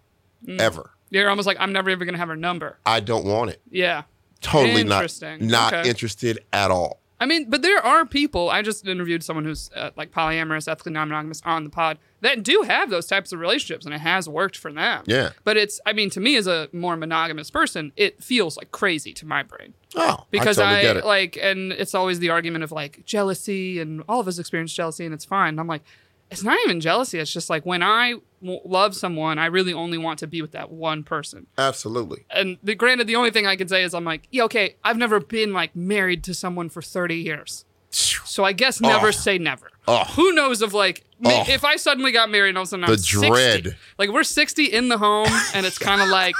Speaker 3: Mm.
Speaker 2: Ever.
Speaker 3: you're almost like I'm never even gonna have her number.
Speaker 2: I don't want it.
Speaker 3: Yeah,
Speaker 2: Totally not
Speaker 3: Interesting.
Speaker 2: not
Speaker 3: Okay.
Speaker 2: interested at all.
Speaker 3: I mean, but there are people. I just interviewed someone who's uh, like polyamorous, ethically non-monogamous on the pod that do have those types of relationships, and it has worked for them.
Speaker 2: Yeah.
Speaker 3: But it's, I mean, to me as a more monogamous person, it feels like crazy to my brain.
Speaker 2: Oh,
Speaker 3: because
Speaker 2: I totally
Speaker 3: I,
Speaker 2: get it.
Speaker 3: like, and it's always the argument of like jealousy, and all of us experience jealousy, and it's fine. And I'm like, it's not even jealousy. It's just like when I w- love someone, I really only want to be with that one person.
Speaker 2: Absolutely. <sniffs>
Speaker 3: And the, granted, the only thing I can say is I'm like, yeah, okay, I've never been like married to someone for 30 years, so I guess never
Speaker 2: Oh.
Speaker 3: say never.
Speaker 2: Oh.
Speaker 3: Who knows if like me,
Speaker 2: Oh.
Speaker 3: if I suddenly got married and all of a sudden I'm
Speaker 2: The
Speaker 3: 60.
Speaker 2: dread.
Speaker 3: Like we're 60 in the home, and it's kind of like.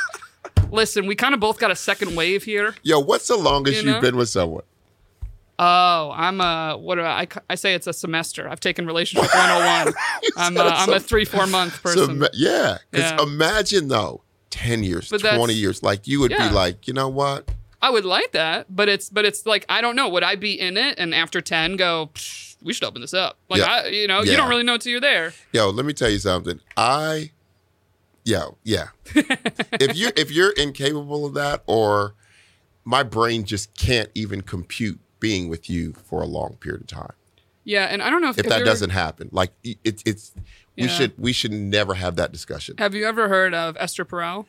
Speaker 3: Listen, we kind of both got a second wave here.
Speaker 2: Yo, what's the longest
Speaker 3: You
Speaker 2: you
Speaker 3: know?
Speaker 2: have been with someone?
Speaker 3: Oh, I'm a what? do I I say it's a semester. I've taken relationship 101. I'm a,
Speaker 2: said <laughs> it's
Speaker 3: I'm a
Speaker 2: a-
Speaker 3: three four
Speaker 2: <laughs>
Speaker 3: month
Speaker 2: So,
Speaker 3: person.
Speaker 2: ma- yeah. Because
Speaker 3: Yeah.
Speaker 2: imagine though, 10 years,
Speaker 3: But that's-
Speaker 2: 20 years, like you would
Speaker 3: Yeah.
Speaker 2: be like, you know what?
Speaker 3: I would like that, but it's but it's like I don't know. Would I be in it and after ten go? "Psh, We should open this up. Like
Speaker 2: Yeah.
Speaker 3: I, you know, you
Speaker 2: Yeah.
Speaker 3: don't really know till you're there.
Speaker 2: Yo, let me tell you something. I, yo,
Speaker 3: <laughs>
Speaker 2: yeah. if you if you're incapable of that, or my brain just can't even compute being with you for a long period of time.
Speaker 3: Yeah, and I don't know if,
Speaker 2: If,
Speaker 3: you're-
Speaker 2: that doesn't happen, like it, it- it's we
Speaker 3: Yeah.
Speaker 2: should we should never have that discussion.
Speaker 3: Have you ever heard of Esther Perel?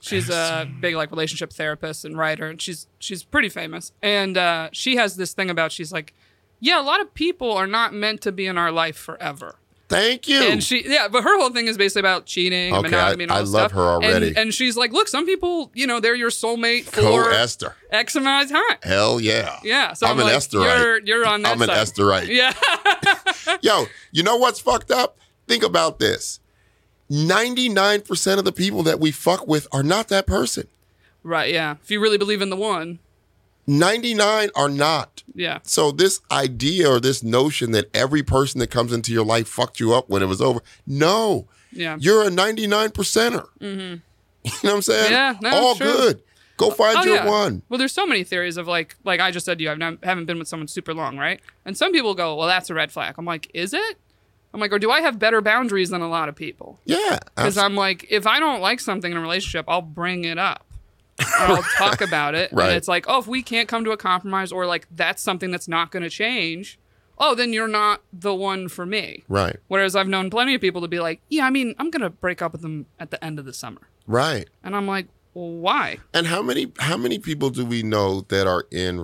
Speaker 3: She's a big like relationship therapist and writer, and she's she's pretty famous. And uh, she has this thing about she's like, yeah, a lot of people are not meant to be in our life forever.
Speaker 2: Thank you.
Speaker 3: And she, yeah, but her whole thing is basically about cheating, and
Speaker 2: Okay,
Speaker 3: monogamy, and
Speaker 2: I-
Speaker 3: all
Speaker 2: I
Speaker 3: this
Speaker 2: love
Speaker 3: stuff.
Speaker 2: her already.
Speaker 3: And, and she's like, look, some people, you know, they're your soulmate
Speaker 2: Co
Speaker 3: for
Speaker 2: Esther.
Speaker 3: X amount of time.
Speaker 2: Hell yeah.
Speaker 3: Yeah, so I'm,
Speaker 2: I'm an
Speaker 3: like,
Speaker 2: Estherite.
Speaker 3: You're, you're on that
Speaker 2: I'm an
Speaker 3: side.
Speaker 2: Estherite.
Speaker 3: <laughs> Yeah,
Speaker 2: Yo, you know what's fucked up? Think about this. 99% of the people that we fuck with are not that person.
Speaker 3: right. Yeah, if you really believe in the one,
Speaker 2: 99 are not.
Speaker 3: yeah,
Speaker 2: So this idea or this notion that every person that comes into your life fucked you up when it was over, no,
Speaker 3: yeah.
Speaker 2: you're a 99 percenter. <laughs> You know what I'm saying?
Speaker 3: Mm-hmm. Yeah, no,
Speaker 2: all
Speaker 3: true.
Speaker 2: good. Go find
Speaker 3: Oh,
Speaker 2: your
Speaker 3: yeah.
Speaker 2: one.
Speaker 3: Well, there's so many theories of like, like I just said to you, I've not, haven't been with someone super long, right? And some people go, well, that's a red flag. I'm like, is it? I'm like, or do I have better boundaries than a lot of people?
Speaker 2: Yeah,
Speaker 3: Because I'm like, if I don't like something in a relationship, I'll bring it up. or
Speaker 2: <laughs>
Speaker 3: I'll talk about it.
Speaker 2: Right.
Speaker 3: And it's like, oh, if we can't come to a compromise or like that's something that's not going to change, oh, then you're not the one for me.
Speaker 2: Right.
Speaker 3: Whereas I've known plenty of people to be like, yeah, I mean, I'm going to break up with them at the end of the summer.
Speaker 2: Right.
Speaker 3: And I'm like, well, why?
Speaker 2: And how many how many people do we know that are in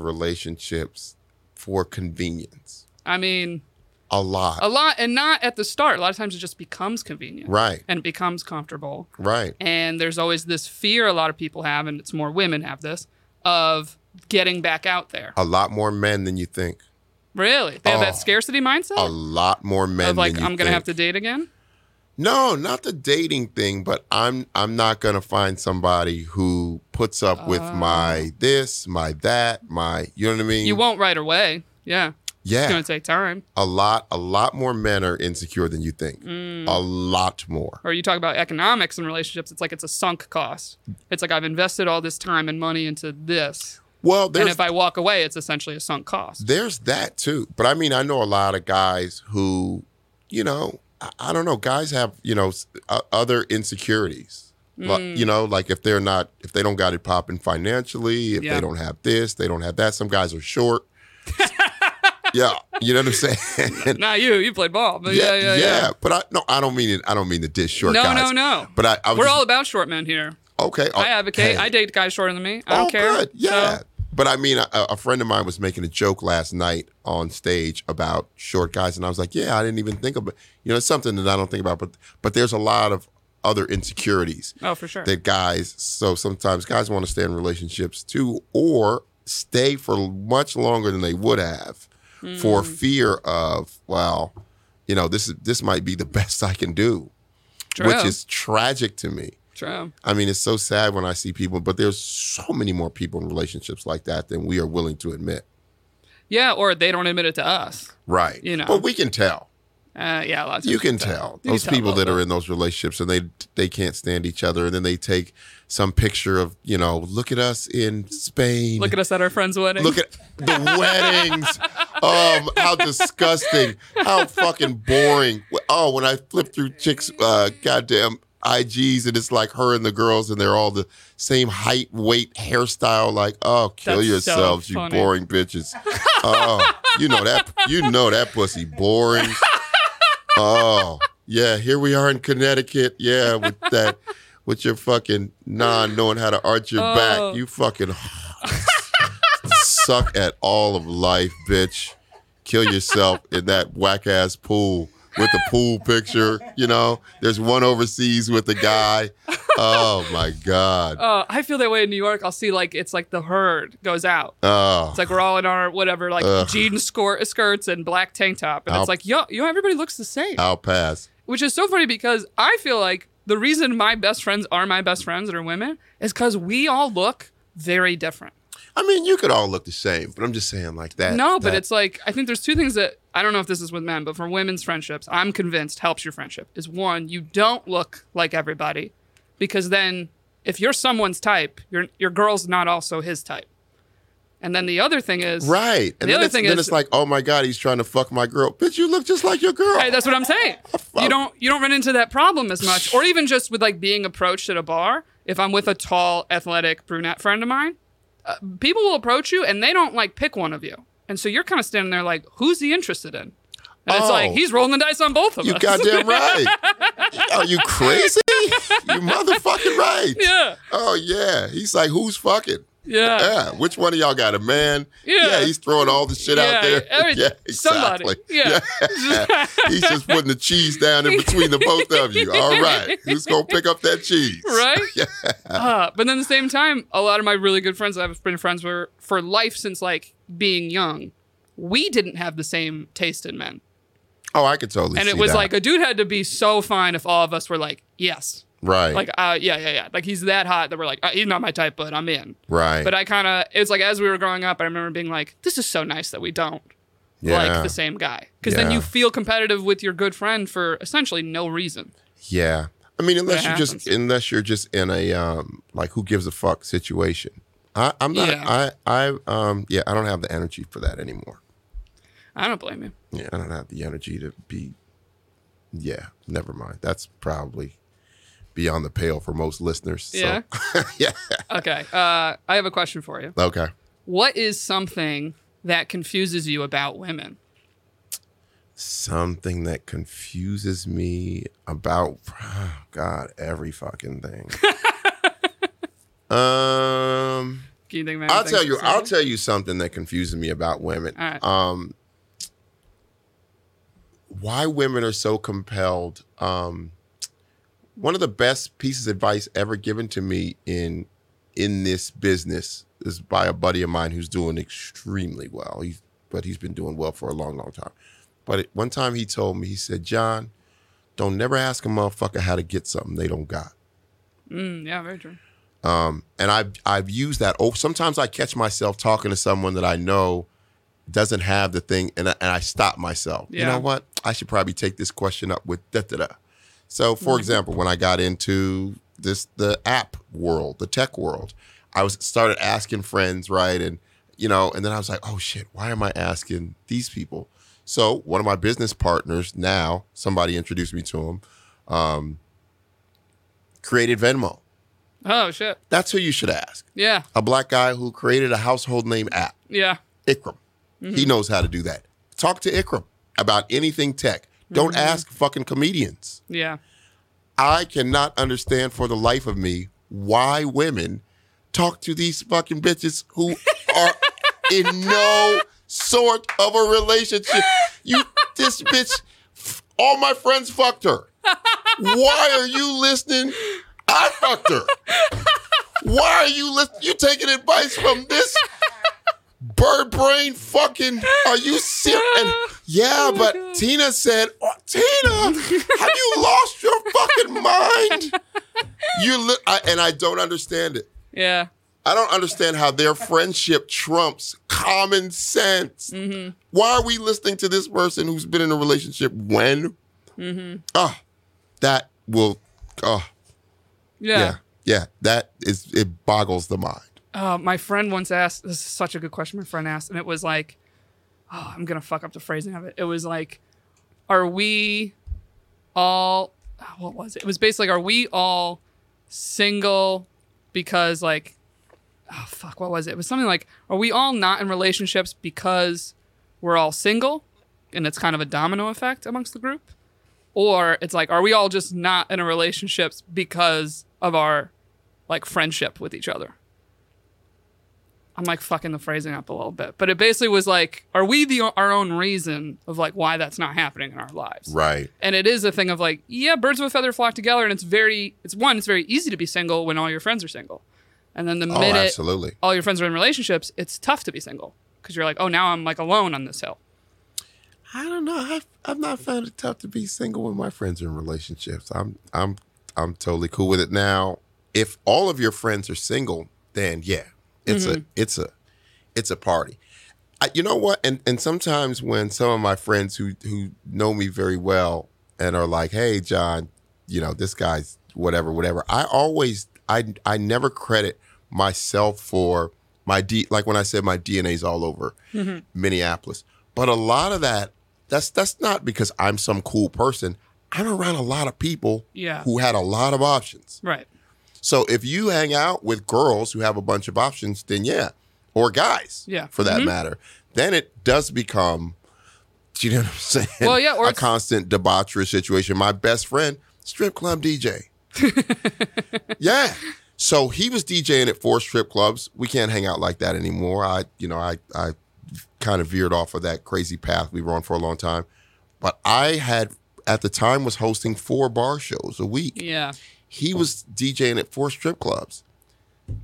Speaker 2: relationships for convenience?
Speaker 3: I mean,
Speaker 2: A lot.
Speaker 3: a lot and not at the start. A lot of times it just becomes convenient
Speaker 2: right.
Speaker 3: and it becomes comfortable.
Speaker 2: Right.
Speaker 3: and there's always this fear a lot of people have and it's more women have this of getting back out there
Speaker 2: A lot more men than you think.
Speaker 3: really they have
Speaker 2: Oh.
Speaker 3: that scarcity
Speaker 2: A
Speaker 3: mindset
Speaker 2: lot more men
Speaker 3: of like
Speaker 2: than you
Speaker 3: i'm gonna
Speaker 2: think.
Speaker 3: have to date again
Speaker 2: No, not the dating thing, but I'm I'm not gonna find somebody who puts up with
Speaker 3: Oh.
Speaker 2: my this, my that, my you know what I mean.
Speaker 3: you won't right away yeah it's
Speaker 2: Yeah,
Speaker 3: gonna take time
Speaker 2: a lot a lot more men are insecure than you think.
Speaker 3: Mm.
Speaker 2: A lot more.
Speaker 3: or you talk about economics and relationships it's like it's a sunk cost it's like i've invested all this time and money into this
Speaker 2: Well, there's
Speaker 3: and if i walk away it's essentially a sunk cost
Speaker 2: there's that too. But I mean, I know a lot of guys who, you know, I, I don't know. Guys have you know s- o- other insecurities. Like,
Speaker 3: Mm.
Speaker 2: you know, like if they're not, if they don't got it popping financially, if they
Speaker 3: Yeah.
Speaker 2: don't have this, they don't have that. Some guys are
Speaker 3: <laughs>
Speaker 2: short. yeah, you know what I'm saying.
Speaker 3: not you you played ball
Speaker 2: <laughs>
Speaker 3: but Oh, yeah yeah yeah,
Speaker 2: But I no, I don't mean it. I don't mean to diss short
Speaker 3: no
Speaker 2: guys.
Speaker 3: no no
Speaker 2: But I, I was
Speaker 3: we're
Speaker 2: just-
Speaker 3: all about short men here
Speaker 2: okay. oh,
Speaker 3: i advocate
Speaker 2: hey.
Speaker 3: i date guys shorter than me i don't
Speaker 2: oh,
Speaker 3: care
Speaker 2: Good. Yeah.
Speaker 3: So,
Speaker 2: But I mean, a, a friend of mine was making a joke last night on stage about short guys, and I was like, "Yeah, I didn't even think about. You know, it's something that I don't think about, but but there's a lot of other insecurities
Speaker 3: oh for sure
Speaker 2: that guys. So sometimes guys want to stay in relationships too, or stay for much longer than they would have,
Speaker 3: Mm.
Speaker 2: for fear of well, you know, this is this might be the <laughs> best I can do,
Speaker 3: true
Speaker 2: which is tragic to me.
Speaker 3: true
Speaker 2: I mean, it's so sad when I see people, but there's so many more people in relationships like that than we are willing to admit.
Speaker 3: Yeah, or they don't admit it to us.
Speaker 2: Right.
Speaker 3: You know.
Speaker 2: But we can tell.
Speaker 3: Uh, yeah, lots.
Speaker 2: You can tell.
Speaker 3: You
Speaker 2: those
Speaker 3: can tell
Speaker 2: people
Speaker 3: about
Speaker 2: that are
Speaker 3: that.
Speaker 2: in those relationships and they they can't stand each other and then they take some picture of, you know, look at us in Spain.
Speaker 3: Look at us at our friend's wedding.
Speaker 2: Look at the weddings. Um, how disgusting. How fucking boring. Oh, when I flip through chicks, uh, goddamn IGs, and it's like her and the girls, and they're all the same height, weight, hairstyle. Like, oh, kill
Speaker 3: That's so
Speaker 2: yourselves, you
Speaker 3: funny.
Speaker 2: boring bitches. Oh, you know that. You know that pussy boring. Oh, yeah. Here we are in Connecticut. Yeah, with that. With your fucking non knowing how to arch your
Speaker 3: Oh.
Speaker 2: back, you fucking suck at all of life, bitch. Kill yourself in that whack ass pool with the pool picture. You know, there's one overseas with a guy. Oh my god.
Speaker 3: Oh, I feel that way in New York. I'll see like it's like the herd goes out.
Speaker 2: Oh,
Speaker 3: It's like we're all in our whatever like
Speaker 2: Ugh.
Speaker 3: jean scor- skirts and black tank top, and
Speaker 2: I'll-
Speaker 3: it's like yo, you know, everybody looks the same,
Speaker 2: I'll pass.
Speaker 3: which is so funny because I feel like the reason my best friends are my best friends that are women is because we all look very different.
Speaker 2: I mean, you could all look the same, but I'm just saying like that.
Speaker 3: No, but
Speaker 2: that-
Speaker 3: it's like I think there's two things that I don't know if this is with men, but for women's friendships, I'm convinced helps your friendship. Is one, you don't look like everybody, because then if you're someone's type, your your girl's not also his type. And then the other thing is
Speaker 2: right. And
Speaker 3: the
Speaker 2: then,
Speaker 3: other
Speaker 2: it's,
Speaker 3: thing
Speaker 2: then
Speaker 3: is-
Speaker 2: it's like, oh my god, he's trying to fuck my girl. Bitch, you look just like your girl.
Speaker 3: Hey, that's what I'm saying. You don't you don't run into that problem as much, or even just with like being approached at a bar. If I'm with a tall, athletic brunette friend of mine, uh, people will approach you and they don't like pick one of you, and so you're kind of standing there like, who's he interested in? And it's like
Speaker 2: Oh.
Speaker 3: he's rolling the dice on both of
Speaker 2: you
Speaker 3: <laughs> us.
Speaker 2: goddamn right. Are you crazy? You motherfucking right.
Speaker 3: yeah,
Speaker 2: Oh yeah. He's like, who's fucking?
Speaker 3: yeah,
Speaker 2: Yeah. Which one of y'all got a man?
Speaker 3: Yeah.
Speaker 2: he's throwing all the shit out
Speaker 3: Yeah,
Speaker 2: there. <laughs>
Speaker 3: every- somebody. Yeah.
Speaker 2: Yeah. he's just putting the cheese down in between the both of you. All right. Who's gonna pick up that cheese?
Speaker 3: <laughs>
Speaker 2: <laughs>
Speaker 3: right? Uh, but then at the same time, a lot of my really good friends that I've been friends with for life since like being young, we didn't have the same taste in men.
Speaker 2: Oh, I could totally
Speaker 3: and
Speaker 2: see
Speaker 3: it was
Speaker 2: that.
Speaker 3: like a dude had to be so fine if all of us were like yes
Speaker 2: Right.
Speaker 3: like uh yeah yeah yeah like he's that hot that we're like uh, he's not my type but i'm in
Speaker 2: right.
Speaker 3: but i kind of it's like as we were growing up i remember being like this is so nice that we don't like the same guy because then
Speaker 2: Yeah.
Speaker 3: you feel competitive with your good friend for essentially no reason
Speaker 2: Yeah. I mean, unless
Speaker 3: That
Speaker 2: you're just
Speaker 3: happens.
Speaker 2: unless you're just in a um like who gives a fuck situation. I, I'm not
Speaker 3: Yeah.
Speaker 2: I, I um yeah, I don't have the energy for that anymore.
Speaker 3: i don't blame you
Speaker 2: Yeah, I don't have the energy to be. Yeah, never mind. That's probably beyond the pale for most listeners. So,
Speaker 3: Yeah.
Speaker 2: <laughs> yeah.
Speaker 3: Okay. <laughs> Uh, I have a question for you.
Speaker 2: Okay.
Speaker 3: What is something that confuses you about women?
Speaker 2: Something that confuses me about <sighs> God, every
Speaker 3: <laughs>
Speaker 2: fucking thing. um
Speaker 3: Can you think of
Speaker 2: I'll
Speaker 3: anything
Speaker 2: tell you. I'll
Speaker 3: specific?
Speaker 2: tell you something that confuses me about women.
Speaker 3: All right.
Speaker 2: Um, why women are so compelled. Um, one of the best pieces of advice ever given to me in in this business is by a buddy of mine who's doing extremely well. He's but he's been doing well for a long, long time. But at one time he told me, he said, "John, don't never ask a motherfucker how to get something they don't got."
Speaker 3: Mm, yeah, very true.
Speaker 2: Um, and I've I've used that. Oh, sometimes I catch myself talking to someone that I know doesn't have the thing, and I, and I stop myself. You
Speaker 3: Yeah.
Speaker 2: know what? I should probably take this question up with da da da. So, for example, when I got into this the app world, the tech world, I was started asking friends, right, and you know, and then I was like, oh shit, why am I asking these people? So one of my business partners now, somebody introduced me to him, um, created Venmo.
Speaker 3: Oh shit.
Speaker 2: That's who you should ask
Speaker 3: Yeah.
Speaker 2: a black guy who created a household name app,
Speaker 3: Yeah.
Speaker 2: Ikram. He knows how to do that. Talk to Ikram about anything tech. Don't ask fucking comedians.
Speaker 3: Yeah.
Speaker 2: I cannot understand for the life of me why women talk to these fucking bitches who are in no sort of a relationship. You, this bitch, f- all my friends fucked her. Why are you listening? I fucked her. Why are you listening? You taking advice from this bird brain fucking? Are you serious? And yeah, but Tina said, oh, Tina, have you lost your fucking mind? You li- I, and I don't understand it.
Speaker 3: Yeah.
Speaker 2: I don't understand how their friendship trumps common sense. Why are we listening to this person who's been in a relationship when? Ah, that will. Oh,
Speaker 3: Yeah.
Speaker 2: yeah. yeah, That is. It boggles the mind.
Speaker 3: Uh, my friend once asked. This is such a good question. My friend asked, and it was like, oh, I'm gonna fuck up the phrasing of it. It was like, are we all? What was it? It was basically, are we all single because like, oh fuck, what was it? It was something like, are we all not in relationships because we're all single, and it's kind of a domino effect amongst the group, or it's like, are we all just not in a relationships because of our like friendship with each other? I'm like fucking the phrasing up a little bit, but it basically was like, are we the our own reason of like why that's not happening in our lives?
Speaker 2: Right.
Speaker 3: And it is a thing of like, yeah, birds of a feather flock together, and it's very, it's one, it's very easy to be single when all your friends are single, and then the
Speaker 2: Oh,
Speaker 3: minute
Speaker 2: absolutely.
Speaker 3: all your friends are in relationships, it's tough to be single because you're like, oh, now I'm like alone on this hill.
Speaker 2: I don't know. I've, I've not found it tough to be single when my friends are in relationships. I'm I'm I'm totally cool with it now. If all of your friends are single, then yeah, it's a it's a it's a party. I, you know what? And and sometimes when some of my friends who who know me very well and are like, "Hey, John, you know this guy's whatever, whatever," I always I I never credit myself for my D like when I said my DNA's all over Minneapolis, but a lot of that that's that's not because I'm some cool person. I'm around a lot of people
Speaker 3: Yeah.
Speaker 2: who had a lot of options.
Speaker 3: Right.
Speaker 2: So if you hang out with girls who have a bunch of options, then yeah, or guys,
Speaker 3: Yeah. Mm-hmm.
Speaker 2: for that matter, then it does become, do you know what I'm saying?
Speaker 3: Well, yeah, or
Speaker 2: a
Speaker 3: it's-
Speaker 2: constant debauchery situation. My best friend, strip club DJ.
Speaker 3: <laughs>
Speaker 2: yeah. So he was DJing at four strip clubs. We can't hang out like that anymore. I, you know, I, I kind of veered off of that crazy path we were on for a long time. But I had, at the time, was hosting four bar shows a week
Speaker 3: Yeah.
Speaker 2: he was DJing at four strip clubs.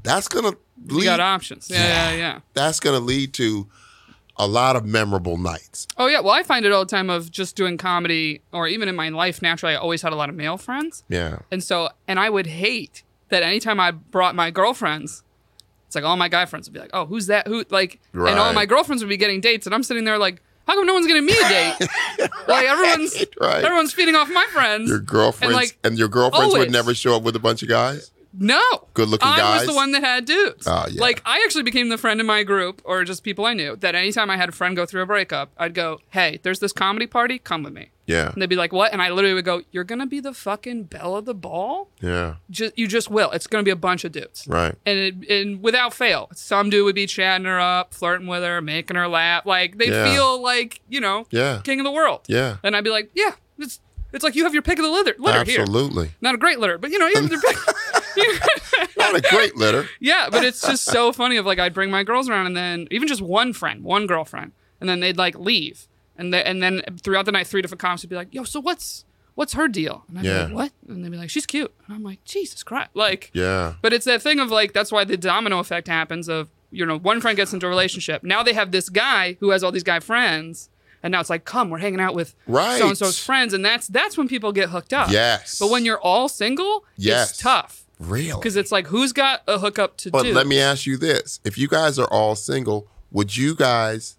Speaker 2: That's gonna
Speaker 3: You
Speaker 2: lead.
Speaker 3: got options. Yeah, yeah, yeah,
Speaker 2: That's gonna lead to a lot of memorable nights.
Speaker 3: Oh yeah. Well, I find it all the time of just doing comedy, or even in my life naturally, I always had a lot of male friends,
Speaker 2: Yeah.
Speaker 3: and so and I would hate that anytime I brought my girlfriends. It's like all my guy friends would be like, "Oh, who's that? Who like?" And all
Speaker 2: Right.
Speaker 3: my girlfriends would be getting dates, and I'm sitting there like, "How come no one's getting me a
Speaker 2: <laughs>
Speaker 3: date? like everyone's
Speaker 2: Right.
Speaker 3: everyone's feeding off my friends.
Speaker 2: Your girlfriends and,
Speaker 3: And, like,
Speaker 2: your girlfriends
Speaker 3: always.
Speaker 2: would never show up with a bunch of guys.
Speaker 3: No.
Speaker 2: Good-looking
Speaker 3: I
Speaker 2: guys?
Speaker 3: was the one that had dudes.
Speaker 2: Oh, yeah.
Speaker 3: Like, I actually became the friend in my group or just people I knew that anytime I had a friend go through a breakup, I'd go, hey, there's this comedy party. Come with me.
Speaker 2: Yeah.
Speaker 3: And they'd be like, what? And I literally would go, you're going to be the fucking belle of the ball?
Speaker 2: Yeah.
Speaker 3: Just, you just will. It's going to be a bunch of dudes.
Speaker 2: Right.
Speaker 3: And, it, and without fail, some dude would be chatting her up, flirting with her, making her laugh. Like, they
Speaker 2: Yeah.
Speaker 3: feel like, you know,
Speaker 2: Yeah.
Speaker 3: king of the world.
Speaker 2: Yeah.
Speaker 3: And I'd be like, yeah, it's it's like you have your pick of the litter, litter here.
Speaker 2: Absolutely.
Speaker 3: Not a great litter, but you know, you have your
Speaker 2: <laughs>
Speaker 3: pick.
Speaker 2: Not a great letter.
Speaker 3: yeah, but it's just so funny. Of like, I'd bring my girls around, and then even just one friend, one girlfriend, and then they'd like leave, and the, and then throughout the night, three different comics would be like, yo, so what's what's her deal? And I'd
Speaker 2: Yeah.
Speaker 3: be like, what? And they'd be like, she's cute. And I'm like, Jesus Christ, like.
Speaker 2: Yeah.
Speaker 3: But it's that thing of like that's why the domino effect happens of you know one friend gets into a relationship. Now they have this guy who has all these guy friends, and now it's like come we're hanging out with
Speaker 2: Right.
Speaker 3: so and so's friends, and that's that's when people get hooked up.
Speaker 2: Yes.
Speaker 3: But when you're all single,
Speaker 2: Yes.
Speaker 3: it's tough
Speaker 2: real.
Speaker 3: because it's like who's got a hookup to
Speaker 2: But
Speaker 3: do?
Speaker 2: let me ask you this: If you guys are all single, would you guys,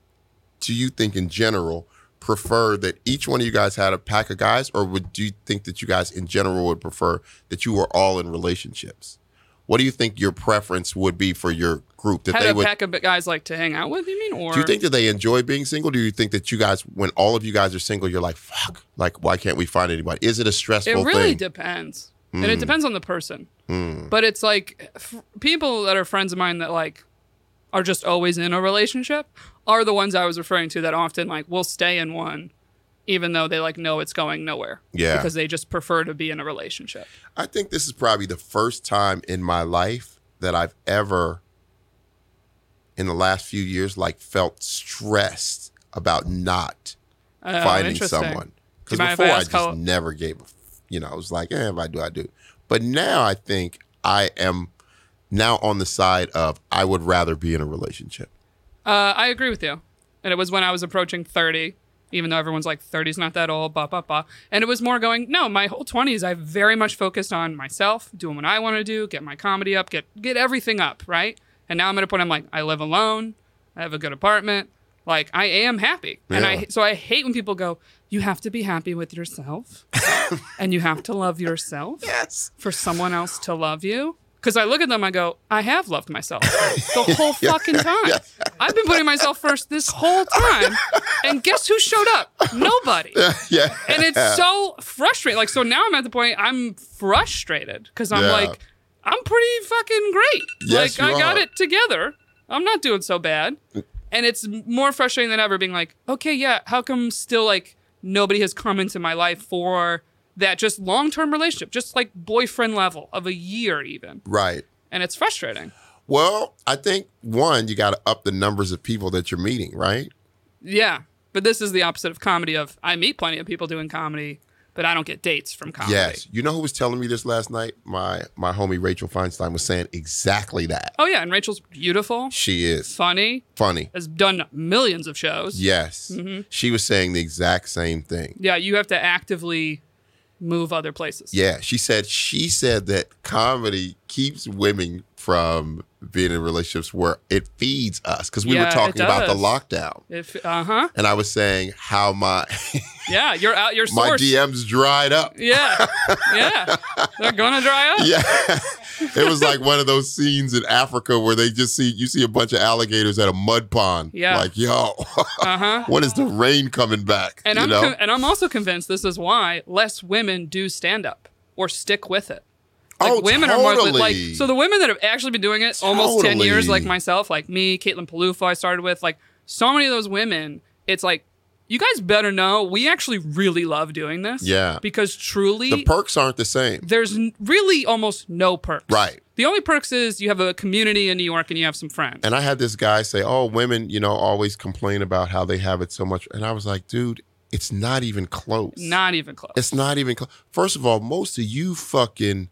Speaker 2: do you think in general, prefer that each one of you guys had a pack of guys, or would do you think that you guys in general would prefer that you were all in relationships? What do you think your preference would be for your group? That
Speaker 3: Had
Speaker 2: they
Speaker 3: a
Speaker 2: would.
Speaker 3: pack of guys like to hang out with? You mean or
Speaker 2: do you think that they enjoy being single? Do you think that you guys, when all of you guys are single, you're like, fuck, like, why can't we find anybody? Is it a stressful
Speaker 3: it really
Speaker 2: thing? Mm.
Speaker 3: depends and it depends on the person but it's like f- people that are friends of mine that like are just always in a relationship are the ones i was referring to that often like will stay in one even though they like know it's going nowhere
Speaker 2: Yeah.
Speaker 3: because they just prefer to be in a relationship
Speaker 2: I think this is probably the first time in my life that I've ever, in the last few years, like felt stressed about not
Speaker 3: Oh,
Speaker 2: finding
Speaker 3: interesting.
Speaker 2: someone. Because
Speaker 3: Do you mind if I
Speaker 2: before I,
Speaker 3: ask
Speaker 2: just
Speaker 3: how-
Speaker 2: never gave, a f- you know, I was like, eh, if I do, I do. But now I think I am now on the side of I would rather be in a relationship.
Speaker 3: uh, i agree with you and it was when i was approaching 30 even though everyone's like 30's not that old blah blah blah and it was more going no my whole 20s i very much focused on myself doing what i want to do get my comedy up get get everything up right and now i'm at a point i'm like i live alone i have a good apartment like i am happy and
Speaker 2: Yeah.
Speaker 3: i so i hate when people go you have to be happy with yourself and you have to love yourself
Speaker 2: Yes.
Speaker 3: for someone else to love you? Because I look at them, I go, I have loved myself the whole fucking time. I've been putting myself first this whole time. And guess who showed up? Nobody.
Speaker 2: <laughs> yeah.
Speaker 3: And
Speaker 2: <laughs>
Speaker 3: it's so frustrating. Like, so now I'm at the point I'm frustrated because I'm
Speaker 2: Yeah.
Speaker 3: like, I'm pretty fucking great.
Speaker 2: Yes,
Speaker 3: like,
Speaker 2: you
Speaker 3: I got
Speaker 2: are.
Speaker 3: it together. I'm not doing so bad. And it's more frustrating than ever being like, okay, yeah, how come still like nobody has come into my life for that just long term relationship, just like boyfriend level of a year even.
Speaker 2: Right.
Speaker 3: And it's frustrating.
Speaker 2: Well, I think one, you got to up the numbers of people that you're meeting, right?
Speaker 3: Yeah. But this is the opposite of comedy of I meet plenty of people doing comedy, but I don't get dates from comedy.
Speaker 2: Yes. You know who was telling me this last night? My my homie Rachel Feinstein was saying exactly that.
Speaker 3: Oh yeah, and Rachel's beautiful,
Speaker 2: She is
Speaker 3: funny,
Speaker 2: funny.
Speaker 3: has done millions of shows.
Speaker 2: Yes.
Speaker 3: Mm-hmm.
Speaker 2: She was saying the exact same thing.
Speaker 3: Yeah, you have to actively move other places.
Speaker 2: Yeah. She said she said that comedy keeps women from being in relationships where it feeds us. Because we
Speaker 3: Yeah,
Speaker 2: were
Speaker 3: it
Speaker 2: talking about the
Speaker 3: does.
Speaker 2: lockdown.
Speaker 3: If uh huh.
Speaker 2: And I was saying how my <laughs>
Speaker 3: Yeah, you're out your
Speaker 2: my
Speaker 3: source.
Speaker 2: DMs dried up.
Speaker 3: Yeah. Yeah. They're gonna dry up.
Speaker 2: Yeah. it was like one of those scenes in Africa where they just see you see a bunch of alligators at a mud pond.
Speaker 3: Yeah.
Speaker 2: Like, yo, <laughs>
Speaker 3: Uh huh.
Speaker 2: when is the rain coming back?
Speaker 3: And
Speaker 2: you
Speaker 3: I'm
Speaker 2: know?
Speaker 3: con- and I'm also convinced this is why less women do stand up or stick with it. Like
Speaker 2: Oh,
Speaker 3: women are more
Speaker 2: totally.
Speaker 3: like so the women that have actually been doing it almost ten
Speaker 2: Totally.
Speaker 3: years, like myself, like me, Caitlin Palufa, I started with, like so many of those women, it's like you guys better know we actually really love doing this.
Speaker 2: Yeah.
Speaker 3: Because truly
Speaker 2: the perks aren't the same.
Speaker 3: there's n- really almost no perks.
Speaker 2: Right.
Speaker 3: The only perks is you have a community in New York and you have some friends.
Speaker 2: And I had this guy say, Oh, women, you know, always complain about how they have it so much. And I was like, dude, it's not even close.
Speaker 3: Not even close.
Speaker 2: It's not even close. First of all, most of you
Speaker 3: <laughs>
Speaker 2: fucking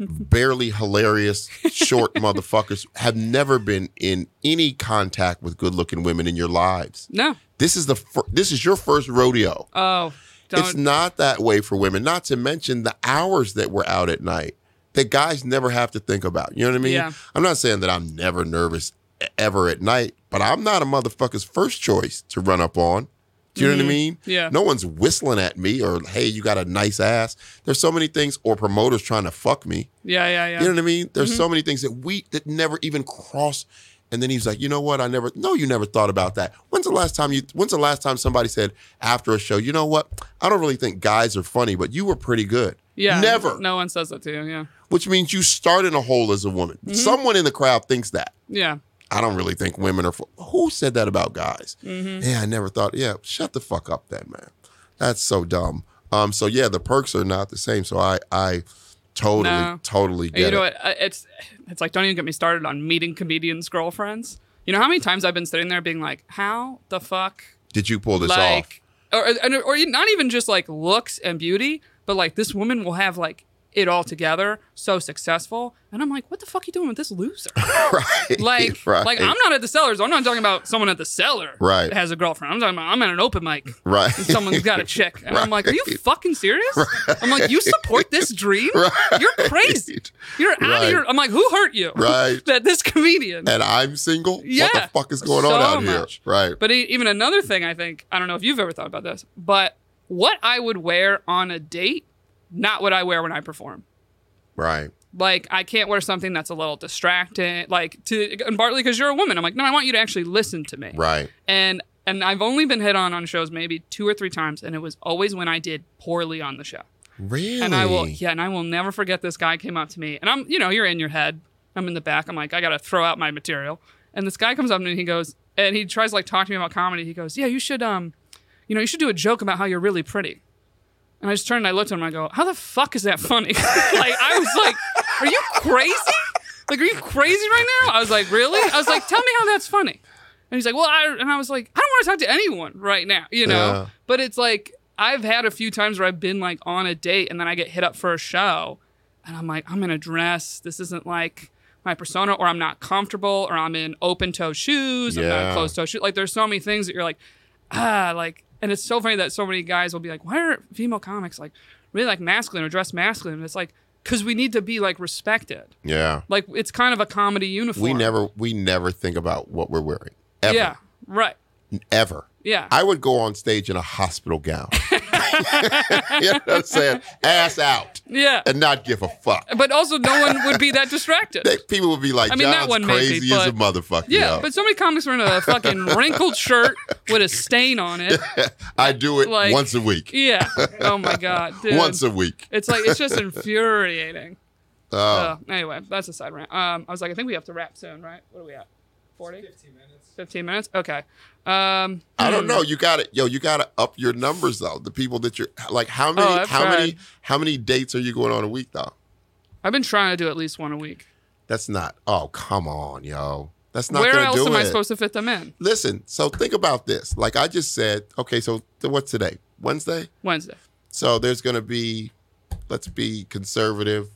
Speaker 2: barely hilarious short motherfuckers have never been in any contact with good looking women in your lives.
Speaker 3: no.
Speaker 2: This is the fir- this is your first rodeo.
Speaker 3: Oh,
Speaker 2: It's
Speaker 3: don't.
Speaker 2: not that way for women. Not to mention the hours that we're out at night that guys never have to think about. You know what I mean?
Speaker 3: Yeah.
Speaker 2: I'm not saying that I'm never nervous e- ever at night, but I'm not a motherfucker's first choice to run up on. Do you know what I mean?
Speaker 3: Mm-hmm. Yeah.
Speaker 2: No one's whistling at me or hey, you got a nice ass. There's so many things or promoters trying to fuck me.
Speaker 3: yeah, Mm-hmm. yeah, yeah.
Speaker 2: You know what I mean? There's so many things that we that never even cross. And then he's like, you know what? I never, no, you never thought about that. When's the last time you, when's the last time somebody said after a show, you know what? I don't really think guys are funny, but you were pretty good.
Speaker 3: Yeah.
Speaker 2: Never.
Speaker 3: No one says that to you. Yeah.
Speaker 2: Which means you start in a hole as a woman.
Speaker 3: Mm-hmm.
Speaker 2: Someone in the crowd thinks that.
Speaker 3: Yeah.
Speaker 2: I don't really think women are. fu- Who said that about guys?
Speaker 3: Mm-hmm.
Speaker 2: Yeah, I never thought. Yeah, shut the fuck up, then, man. That's so dumb. Um, so yeah, the perks are not the same. So I, I totally,
Speaker 3: No.
Speaker 2: totally get
Speaker 3: you know
Speaker 2: it.
Speaker 3: what? I- It's it's like don't even get me started on meeting comedians' girlfriends. You know how many times I've been sitting there being like, how the fuck,
Speaker 2: Did you pull this off?
Speaker 3: like, or and- or you- not even just like looks and beauty, but like this woman will have like it all together, so successful, and I'm like, what the fuck you doing with this loser?
Speaker 2: right.
Speaker 3: <laughs> Like,
Speaker 2: <laughs> right.
Speaker 3: like I'm not at the cellar, so I'm not talking about someone at the cellar
Speaker 2: Right.
Speaker 3: that has a girlfriend. I'm talking about I'm at an open
Speaker 2: <laughs>
Speaker 3: mic. <laughs>
Speaker 2: right.
Speaker 3: and someone's got a chick. And I'm like, are you fucking serious? I'm like, you support
Speaker 2: <laughs>
Speaker 3: this dream? You're crazy. You're out
Speaker 2: Right.
Speaker 3: of your. I'm like, who hurt you?
Speaker 2: Right.
Speaker 3: <laughs> that this comedian.
Speaker 2: and I'm single. What
Speaker 3: Yeah.
Speaker 2: the fuck is going
Speaker 3: So
Speaker 2: on out
Speaker 3: much.
Speaker 2: here? Right.
Speaker 3: But e- even another thing, I think I don't know if you've ever thought about this, but what I would wear on a date, not what I wear when I perform.
Speaker 2: right.
Speaker 3: Like I can't wear something that's a little distracting. Like to and partly because you're a woman, I'm like, no, I want you to actually listen to me.
Speaker 2: Right.
Speaker 3: And and I've only been hit on on shows maybe two or three times, and it was always when I did poorly on the show.
Speaker 2: Really.
Speaker 3: And I will, yeah, and I will never forget this guy came up to me. And I'm, you know, you're in your head. I'm in the back. I'm like, I got to throw out my material. And this guy comes up to me and he goes, and he tries to like talk to me about comedy. He goes, Yeah, you should, um, you know, you should do a joke about how you're really pretty. And I just turned and I looked at him and I go, How the fuck is that funny? <laughs> like, I was like, Are you crazy? Like, are you crazy right now? I was like, Really? I was like, Tell me how that's funny. And he's like, Well, I, and I was like, I don't want to talk to anyone right now, you know?
Speaker 2: Yeah.
Speaker 3: But it's like, I've had a few times where I've been like on a date and then I get hit up for a show and I'm like, I'm in a dress. This isn't like my persona, or I'm not comfortable, or I'm in open toe shoes, I'm not
Speaker 2: Yeah.
Speaker 3: in closed toe shoes. Like, there's so many things that you're like, ah, like, and it's so funny that so many guys will be like, why are female comics like really like masculine or dressed masculine? And it's like, because we need to be like respected.
Speaker 2: Yeah.
Speaker 3: Like, it's kind of a comedy uniform.
Speaker 2: We never, we never think about what we're wearing. Ever.
Speaker 3: Yeah. Right.
Speaker 2: Ever.
Speaker 3: Yeah.
Speaker 2: I would go on stage in a hospital gown. <laughs> you know what I'm saying? Ass out
Speaker 3: yeah.
Speaker 2: and not give a fuck.
Speaker 3: But also, no one would be that distracted.
Speaker 2: <laughs> They- people would be like,
Speaker 3: I mean, that
Speaker 2: John's
Speaker 3: one maybe,
Speaker 2: crazy as a
Speaker 3: but-
Speaker 2: motherfucker.
Speaker 3: Yeah,
Speaker 2: yo.
Speaker 3: but so many comics were in a fucking wrinkled shirt with a stain on
Speaker 2: <laughs>
Speaker 3: it.
Speaker 2: I do it
Speaker 3: like-
Speaker 2: once a week.
Speaker 3: Yeah. Oh my god, dude.
Speaker 2: Once a week.
Speaker 3: it's like it's just infuriating.
Speaker 2: <laughs> Oh,
Speaker 3: Ugh. Anyway, that's a side rant. Um, I was like, I think we have to wrap soon, right? What are we at? 40? 15 minutes. 15 minutes? Okay. Um,
Speaker 2: I don't know. You got to Yo, you got to up your numbers though. The people that you're like, how many,
Speaker 3: Oh, I've
Speaker 2: how many,
Speaker 3: tried.
Speaker 2: how many dates are you going on a week though?
Speaker 3: I've been trying to do at least one a week.
Speaker 2: That's not. Oh, come on, yo. That's not
Speaker 3: Where
Speaker 2: gonna
Speaker 3: else
Speaker 2: do
Speaker 3: am
Speaker 2: it.
Speaker 3: I supposed to fit them in?
Speaker 2: Listen. So think about this. Like I just said. Okay. So th- what's today? Wednesday.
Speaker 3: Wednesday.
Speaker 2: So there's gonna be, let's be conservative,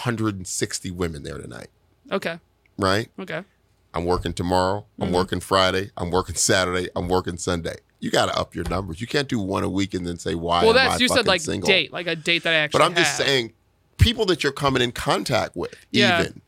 Speaker 2: 160 women there tonight,
Speaker 3: Okay.
Speaker 2: right?
Speaker 3: Okay.
Speaker 2: I'm working tomorrow.
Speaker 3: Mm-hmm.
Speaker 2: I'm working Friday. I'm working Saturday. I'm working Sunday. You got to up your numbers. You can't do one a week and then say why.
Speaker 3: well,
Speaker 2: am
Speaker 3: that's
Speaker 2: I
Speaker 3: you said
Speaker 2: fucking
Speaker 3: like
Speaker 2: single?
Speaker 3: date, like a date that I actually.
Speaker 2: But I'm just
Speaker 3: had.
Speaker 2: saying, people that you're coming in contact with,
Speaker 3: Yeah.
Speaker 2: even.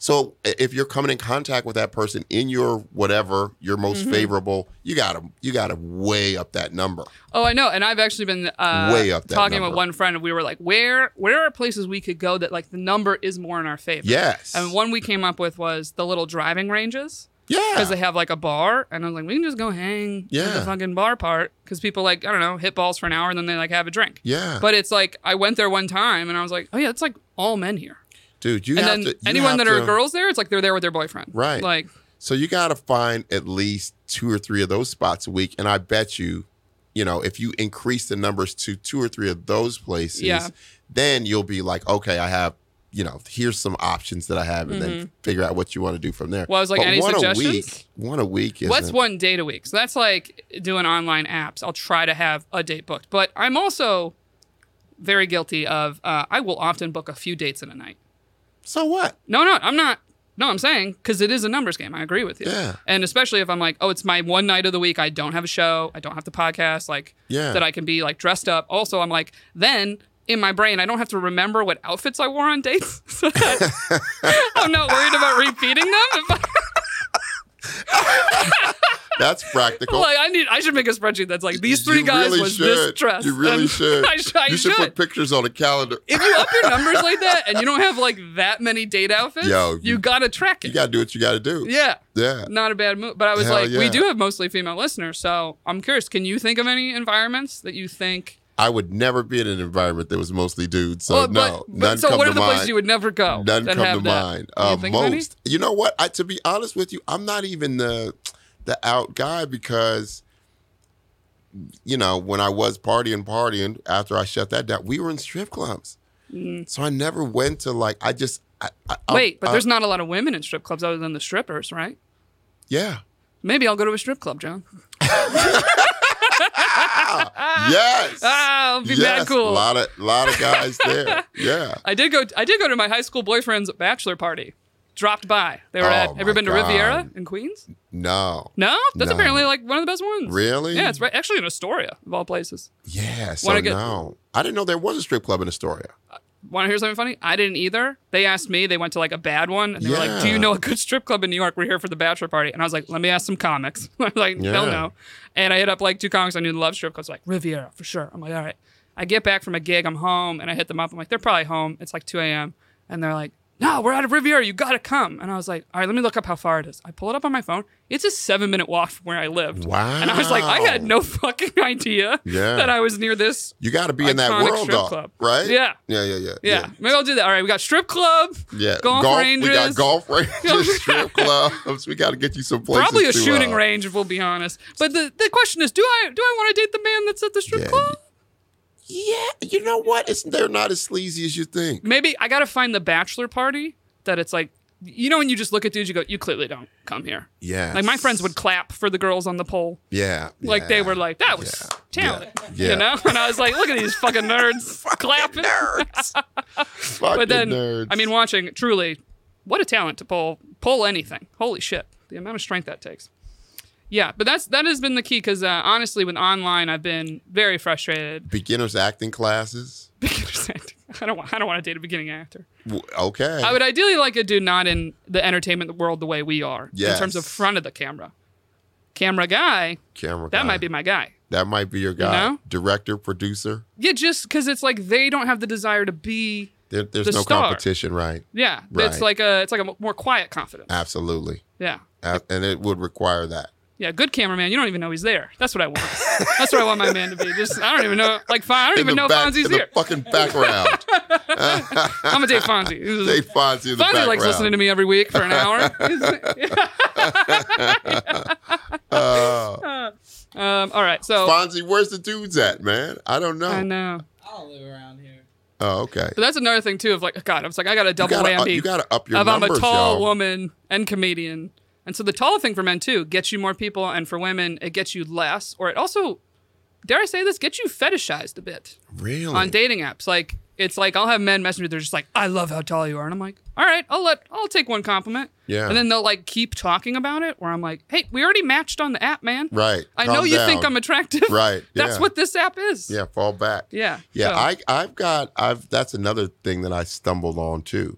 Speaker 2: So i- if you're coming in contact with that person in your whatever your most
Speaker 3: Mm-hmm.
Speaker 2: favorable, you gotta you gotta weigh up that number.
Speaker 3: Oh, I know, and I've actually been uh,
Speaker 2: Way up that
Speaker 3: talking
Speaker 2: number.
Speaker 3: with one friend, and we were like, "Where, where are places we could go that like the number is more in our favor?"
Speaker 2: Yes.
Speaker 3: And one we came up with was the little driving ranges
Speaker 2: yeah.
Speaker 3: because they have like a bar, and I was like, "We can just go hang at
Speaker 2: Yeah.
Speaker 3: the fucking bar part," because people like I don't know hit balls for an hour and then they like have a drink.
Speaker 2: yeah.
Speaker 3: But it's like I went there one time and I was like, "Oh yeah, it's like all men here,"
Speaker 2: Dude, you
Speaker 3: and
Speaker 2: have
Speaker 3: then
Speaker 2: to. you
Speaker 3: anyone
Speaker 2: have
Speaker 3: that are
Speaker 2: to-
Speaker 3: girls there, it's like they're there with their boyfriend,
Speaker 2: Right.
Speaker 3: Like,
Speaker 2: So you got to find at least two or three of those spots a week, and I bet you, you know, if you increase the numbers to two or three of those places,
Speaker 3: Yeah.
Speaker 2: then you'll be like, okay, I have, you know, here's some options that I have, and then figure out what you want to do from there.
Speaker 3: Mm-hmm. Well, I was like, any
Speaker 2: one a
Speaker 3: suggestions?
Speaker 2: week, one a week is
Speaker 3: What's one date a week? So that's like doing online apps. I'll try to have a date booked, but I'm also very guilty of uh, I will often book a few dates in a night.
Speaker 2: So what?
Speaker 3: No, no, I'm not. No, I'm saying because it is a numbers game. I agree with you.
Speaker 2: Yeah.
Speaker 3: And especially if I'm like, oh, it's my one night of the week. I don't have a show. I don't have the podcast. Like,
Speaker 2: Yeah.
Speaker 3: that I <laughs> can be like dressed up. Also, I'm like, then in my brain, I don't have to remember what outfits I wore on dates. <laughs> So that <laughs> I'm not worried about repeating them. If I-
Speaker 2: That's practical.
Speaker 3: Like I need, I should make a spreadsheet that's like these
Speaker 2: You
Speaker 3: three guys
Speaker 2: really
Speaker 3: was
Speaker 2: should.
Speaker 3: this dress.
Speaker 2: You really
Speaker 3: And <laughs>
Speaker 2: should.
Speaker 3: I, sh- I
Speaker 2: you should,
Speaker 3: should.
Speaker 2: put pictures on a calendar.
Speaker 3: if you up your numbers like that and you don't have like that many date outfits,
Speaker 2: Yo,
Speaker 3: you,
Speaker 2: you-
Speaker 3: gotta track it.
Speaker 2: You gotta do what you gotta do.
Speaker 3: yeah,
Speaker 2: Yeah.
Speaker 3: not a bad move. But I was
Speaker 2: Hell
Speaker 3: like, we
Speaker 2: yeah.
Speaker 3: do have mostly female listeners, so I'm curious. Can you think of any environments that you think?
Speaker 2: I would never be in an environment that was mostly dudes. So
Speaker 3: Well,
Speaker 2: no,
Speaker 3: but, but
Speaker 2: none
Speaker 3: so
Speaker 2: come
Speaker 3: what
Speaker 2: to
Speaker 3: are the
Speaker 2: mind.
Speaker 3: places you would never go?
Speaker 2: none
Speaker 3: that
Speaker 2: come
Speaker 3: have
Speaker 2: to
Speaker 3: that?
Speaker 2: mind.
Speaker 3: Can you
Speaker 2: Uh,
Speaker 3: think of any?
Speaker 2: most, you know what? I, to be honest with you, I'm not even the the out guy because, you know, when I was partying, partying after I shut that down, we were in strip clubs, so I never went to like I just I, I, I-
Speaker 3: Mm. Wait, but
Speaker 2: I-
Speaker 3: there's not a lot of women in strip clubs other than the strippers, right?
Speaker 2: yeah.
Speaker 3: Maybe I'll go to a strip club,
Speaker 2: <laughs>
Speaker 3: John.
Speaker 2: yes.
Speaker 3: Ah, it'll be mad
Speaker 2: Yes.
Speaker 3: cool.
Speaker 2: A lot of lot of guys
Speaker 3: <laughs>
Speaker 2: there. Yeah.
Speaker 3: I did go. I did go to my high school boyfriend's bachelor party. Dropped by. They were
Speaker 2: Oh,
Speaker 3: at. Ever
Speaker 2: my
Speaker 3: been to
Speaker 2: God.
Speaker 3: Riviera in Queens?
Speaker 2: No.
Speaker 3: No, that's
Speaker 2: No.
Speaker 3: apparently like one of the best ones.
Speaker 2: Really?
Speaker 3: Yeah, it's right, actually in Astoria of all places.
Speaker 2: Yeah. So
Speaker 3: Wanna get-
Speaker 2: no, I didn't know there was a strip club in Astoria.
Speaker 3: Want to hear something funny? I didn't either. They asked me. They went to like a bad one, and they were like, "Do you
Speaker 2: Yeah.
Speaker 3: know a good strip club in New York? We're here for the bachelor party." And I was like, "Let me ask some comics." <laughs> I was like, "They'll
Speaker 2: Yeah.
Speaker 3: know." And I hit up like two comics I knew that loved strip clubs, like Riviera for sure. I'm like, "All right." I get back from a gig. I'm home, and I hit them up. I'm like, "They're probably home." It's like 2 a.m. And they're like, "No, we're out of Riviera. You gotta come." And I was like, "All right, let me look up how far it is." I pull it up on my phone. It's a seven minute walk from where I lived.
Speaker 2: Wow.
Speaker 3: And I was like, I had no <laughs> fucking idea
Speaker 2: Yeah.
Speaker 3: that I was near this
Speaker 2: You got to be in that
Speaker 3: Iconic
Speaker 2: world,
Speaker 3: strip
Speaker 2: though,
Speaker 3: club.
Speaker 2: right?
Speaker 3: Yeah.
Speaker 2: Yeah. Yeah. Yeah.
Speaker 3: Yeah. Maybe I'll do that. All right, we got strip club,
Speaker 2: Yeah.
Speaker 3: golf, ranges,
Speaker 2: We got golf
Speaker 3: <laughs>
Speaker 2: ranges, strip clubs. We got to get you some places.
Speaker 3: probably a
Speaker 2: to,
Speaker 3: shooting
Speaker 2: uh,
Speaker 3: range if we'll be honest. But the, the question is, do I do I want to date the man that's at the strip
Speaker 2: Yeah,
Speaker 3: club?
Speaker 2: Yeah. You know what? It's they're not as sleazy as you think.
Speaker 3: Maybe I gotta find the bachelor party that it's like you know when you just look at dudes, you go, you clearly don't come here.
Speaker 2: Yeah.
Speaker 3: Like my friends would clap for the girls on the pole,
Speaker 2: Yeah.
Speaker 3: like they
Speaker 2: yeah. <laughs>
Speaker 3: were like, that was talent,
Speaker 2: yeah.
Speaker 3: you know. And I was like, look at these
Speaker 2: <laughs>
Speaker 3: fucking nerds clapping.
Speaker 2: nerds. Fucking
Speaker 3: but then
Speaker 2: nerds.
Speaker 3: I mean, watching truly, what a talent to pull pull anything. Holy shit, the amount of strength that takes. Yeah, but that's that has been the key because uh, honestly, with online, I've been very frustrated.
Speaker 2: beginners acting classes.
Speaker 3: Beginners acting. I don't want. I don't want to date a beginning actor.
Speaker 2: W- Okay.
Speaker 3: I would ideally like a dude not in the entertainment world the way we are in terms of
Speaker 2: Yes.
Speaker 3: front of the camera. Camera guy,
Speaker 2: Camera.
Speaker 3: that
Speaker 2: guy.
Speaker 3: might be my guy.
Speaker 2: That might be your guy.
Speaker 3: know?
Speaker 2: Director, producer.
Speaker 3: Yeah, just because it's like they don't have the desire to be.
Speaker 2: There, there's
Speaker 3: The
Speaker 2: no
Speaker 3: star.
Speaker 2: competition, right?
Speaker 3: Yeah, it's
Speaker 2: Right.
Speaker 3: like a it's like a more quiet confidence.
Speaker 2: Absolutely.
Speaker 3: Yeah.
Speaker 2: A- And it would require that.
Speaker 3: Yeah, good cameraman. You don't even know he's there. That's what I
Speaker 2: <laughs>
Speaker 3: want. That's what I want my man to be. Just I don't even know. Like Fon, I don't even know
Speaker 2: back,
Speaker 3: Fonzie's
Speaker 2: in the
Speaker 3: here.
Speaker 2: fucking
Speaker 3: <laughs>
Speaker 2: background.
Speaker 3: I'm gonna date Fonzie.
Speaker 2: Dave Fonzie in the
Speaker 3: Fonzie
Speaker 2: background.
Speaker 3: likes listening to me every week for an
Speaker 2: <laughs>
Speaker 3: hour.
Speaker 2: Uh,
Speaker 3: <laughs> um, all right, so
Speaker 2: Fonzie, where's the dudes at, man? I don't know.
Speaker 3: I know,
Speaker 4: I don't live around here.
Speaker 2: Oh, okay.
Speaker 3: but that's another thing too. Of like, God, I was like, I got a
Speaker 2: You
Speaker 3: double
Speaker 2: gotta, uh,
Speaker 3: whammy.
Speaker 2: you gotta up your
Speaker 3: of I'm
Speaker 2: numbers,
Speaker 3: a tall
Speaker 2: y'all.
Speaker 3: woman and comedian, and so the tall thing for men too gets you more people, and for women it gets you less, or it also, dare I say this, gets you fetishized a bit.
Speaker 2: Really?
Speaker 3: on dating apps. Like it's like I'll have men message me. They're just like, "I love how tall you are," and I'm like, "All right, I'll let I'll take one compliment."
Speaker 2: Yeah.
Speaker 3: And then they'll like keep talking about it, where I'm like, "Hey, we already matched on the app, man.
Speaker 2: Right.
Speaker 3: I
Speaker 2: Calm
Speaker 3: know you think
Speaker 2: down.
Speaker 3: I'm attractive.
Speaker 2: Right,
Speaker 3: <laughs> That's
Speaker 2: yeah.
Speaker 3: what this app is.
Speaker 2: Yeah, fall back.
Speaker 3: Yeah.
Speaker 2: Yeah,
Speaker 3: So,
Speaker 2: I I've got I've that's another thing that I stumbled on too.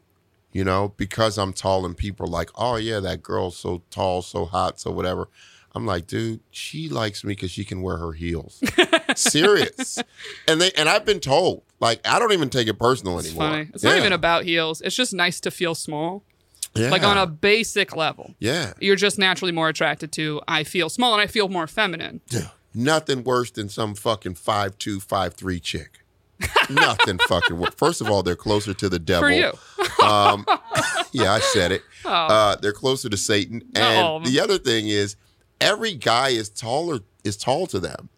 Speaker 2: You know, because I'm tall and people are like, "Oh yeah, that girl's so tall, so hot, so whatever." I'm like, "Dude, she likes me cuz she can wear her heels."
Speaker 3: <laughs>
Speaker 2: Serious. And they and I've been told like I don't even take it personal
Speaker 3: It's
Speaker 2: anymore.
Speaker 3: funny. It's not even about heels. It's just nice to feel small, like on a basic level.
Speaker 2: Yeah.
Speaker 3: You're just naturally more attracted to. I feel small and I feel more feminine.
Speaker 2: Nothing worse than some fucking 5253 chick. Nothing fucking worse. First of all, they're closer to the
Speaker 3: <laughs>
Speaker 2: devil.
Speaker 3: For you,
Speaker 2: Um, <laughs> yeah, I said it.
Speaker 3: Oh,
Speaker 2: Uh, they're closer to Satan.
Speaker 3: Not all of
Speaker 2: And
Speaker 3: them.
Speaker 2: the other thing is, every guy is taller is tall to them.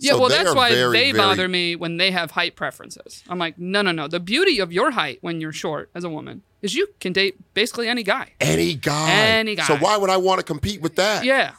Speaker 3: Yeah,
Speaker 2: So
Speaker 3: well,
Speaker 2: they
Speaker 3: that's
Speaker 2: are
Speaker 3: why
Speaker 2: very,
Speaker 3: they
Speaker 2: very-
Speaker 3: bother me when they have height preferences. I'm like, no, no, no. The beauty of your height when you're short as a woman is you can date basically any guy.
Speaker 2: Any guy.
Speaker 3: Any guy.
Speaker 2: So why would I want to compete with that?
Speaker 3: Yeah.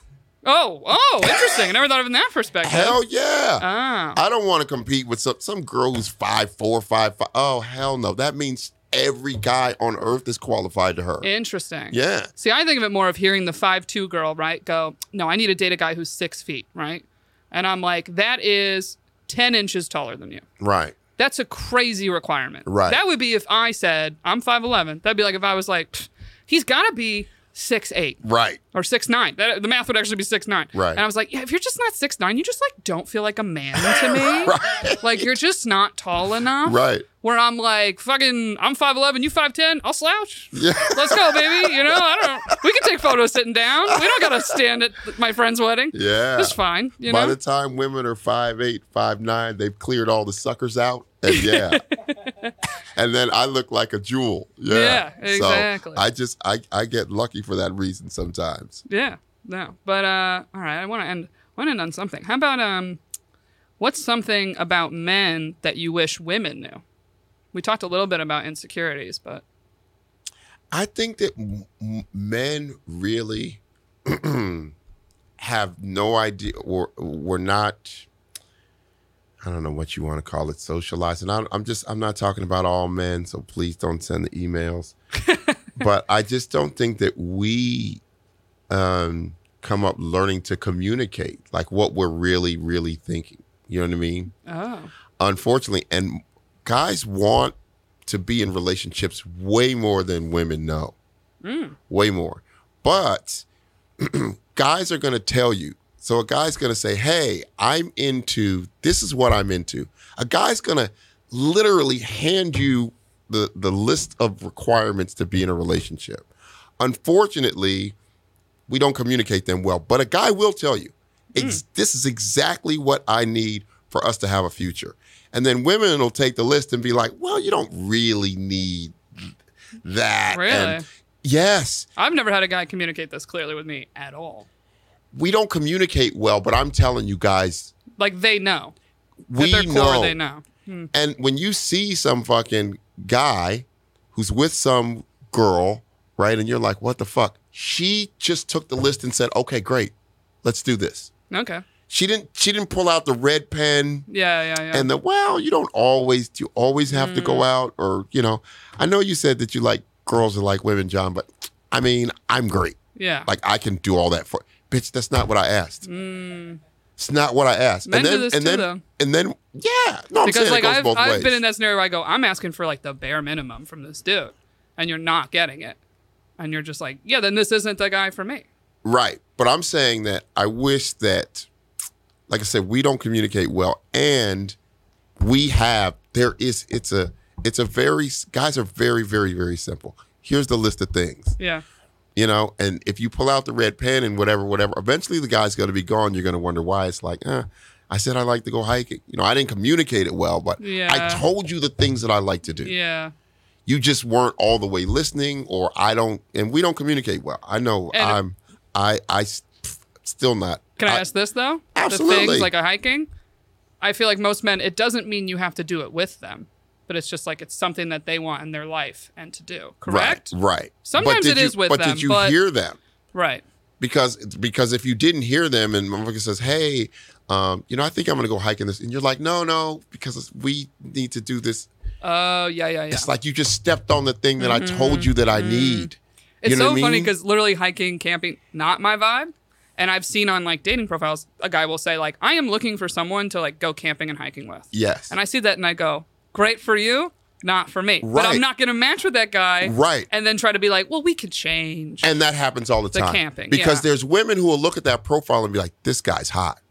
Speaker 3: Oh, oh, interesting. I never thought of it in that perspective.
Speaker 2: Hell yeah.
Speaker 3: Ah.
Speaker 2: I don't want to compete with some some girl who's five four, five five. Oh hell no. That means every guy on earth is qualified to her.
Speaker 3: Interesting.
Speaker 2: yeah.
Speaker 3: See, I think of it more of hearing the five two girl, right? Go, no, I need to date a guy who's six feet, right? And I'm like, that is ten inches taller than you.
Speaker 2: Right.
Speaker 3: That's a crazy requirement.
Speaker 2: Right.
Speaker 3: That would be if I said I'm 5'11. That'd be like if I was like, "Pfft, he's got to be six eight
Speaker 2: Right.
Speaker 3: or six nine. That, the math would actually be six nine.
Speaker 2: Right.
Speaker 3: And I was like, yeah, if you're just not six nine, you just like don't feel like a man
Speaker 2: <laughs>
Speaker 3: to me. Like you're just not tall enough.
Speaker 2: Right.
Speaker 3: Where I'm like, fucking, I'm five eleven, you five ten, I'll slouch.
Speaker 2: Yeah.
Speaker 3: <laughs> Let's go, baby. You know, I don't. We can take photos sitting down. We don't gotta stand at my friend's wedding.
Speaker 2: Yeah.
Speaker 3: It's fine. You
Speaker 2: By
Speaker 3: know.
Speaker 2: the time women are five eight, five nine, they've cleared all the suckers out,
Speaker 3: <laughs>
Speaker 2: and yeah, and then I look like a jewel. Yeah,
Speaker 3: Yeah, exactly.
Speaker 2: So I just I I get lucky for that reason sometimes.
Speaker 3: yeah. No. But uh, all right. I want to end. Want to end on something? How about um, what's something about men that you wish women knew? We talked a little bit about insecurities, but
Speaker 2: I think that m- m- men really <clears throat> have no idea, or we're not. I don't know what you want to call it, socializing. I'm, I'm just, I'm not talking about all men, so please don't send the emails. but I just don't think that we um, come up learning to communicate, like what we're really, really thinking. You know what I mean?
Speaker 3: oh,
Speaker 2: unfortunately and guys want to be in relationships way more than women know way more but guys are going to tell you so a guy's going to say hey i'm into this is what i'm into a guy's going to literally hand you the the list of requirements to be in a relationship unfortunately we don't communicate them well but a guy will tell you ex- this is exactly what i need for us to have a future and then women will take the list and be like well you don't really need that
Speaker 3: really?
Speaker 2: And yes
Speaker 3: I've never had a guy communicate this clearly with me at all.
Speaker 2: we don't communicate well, but I'm telling you guys,
Speaker 3: Like they know.
Speaker 2: we
Speaker 3: At their
Speaker 2: know.
Speaker 3: core, they know. Hmm.
Speaker 2: And when you see some fucking guy who's with some girl, right, and you're like, what the fuck? She just took the list and said, okay, great, let's do this.
Speaker 3: Okay.
Speaker 2: She didn't. She didn't pull out the red pen
Speaker 3: Yeah, yeah, yeah.
Speaker 2: and the well. You don't always. You always have to
Speaker 3: Mm.
Speaker 2: go out, or you know. I know you said that you like girls and like women, John, but I mean, I'm great.
Speaker 3: yeah.
Speaker 2: Like I can do all that for. Bitch, that's not what I asked.
Speaker 3: Mm.
Speaker 2: It's not what I asked.
Speaker 3: Men
Speaker 2: and then,
Speaker 3: do this
Speaker 2: and
Speaker 3: too,
Speaker 2: then,
Speaker 3: though.
Speaker 2: And then, yeah, no, I'm
Speaker 3: Because
Speaker 2: saying
Speaker 3: like
Speaker 2: it goes
Speaker 3: I've
Speaker 2: both
Speaker 3: I've
Speaker 2: ways.
Speaker 3: been in that scenario where I go, I'm asking for like the bare minimum from this dude, and you're not getting it, and you're just like, yeah, then this isn't the guy for me.
Speaker 2: right, but I'm saying that I wish that, like I said, we don't communicate well, and we have there is it's a it's a very guys are very very very simple. Here's the list of things,
Speaker 3: Yeah.
Speaker 2: you know, and if you pull out the red pen and whatever whatever, eventually the guy's going to be gone. You're going to wonder why. It's like, eh, I said I like to go hiking. You know, I didn't communicate it well, but
Speaker 3: Yeah.
Speaker 2: I told you the things that I like to do.
Speaker 3: Yeah.
Speaker 2: you just weren't all the way listening or i don't and we don't communicate well i know
Speaker 3: And-
Speaker 2: i'm i i s- still not
Speaker 3: Can I, ask this though? The
Speaker 2: Absolutely.
Speaker 3: things like a hiking. I feel like most men, it doesn't mean you have to do it with them, but it's just like it's something that they want in their life and to do. Correct.
Speaker 2: right right
Speaker 3: Sometimes
Speaker 2: it is
Speaker 3: it is with
Speaker 2: but
Speaker 3: them,
Speaker 2: did you
Speaker 3: but-
Speaker 2: hear them
Speaker 3: Right.
Speaker 2: because because if you didn't hear them and motherfucker says hey um, you know i think i'm gonna go hiking this and you're like no no because we need to do this
Speaker 3: Oh yeah, yeah, yeah.
Speaker 2: it's like you just stepped on the thing that i told you that i need
Speaker 3: Mm-hmm. It's
Speaker 2: you know
Speaker 3: so
Speaker 2: what I
Speaker 3: funny
Speaker 2: mean?
Speaker 3: because literally hiking, camping, not my vibe. And I've seen on like dating profiles, a guy will say like, "I am looking for someone to like go camping and hiking with."
Speaker 2: yes
Speaker 3: And I see that and I go, "Great for you, not for me." But I'm
Speaker 2: Right.
Speaker 3: not gonna match with that guy,
Speaker 2: Right.
Speaker 3: And then try to be like, "Well, we could change."
Speaker 2: and that happens all the,
Speaker 3: The
Speaker 2: time
Speaker 3: camping,
Speaker 2: because
Speaker 3: yeah.
Speaker 2: there's women who will look at that profile and be like this guy's hot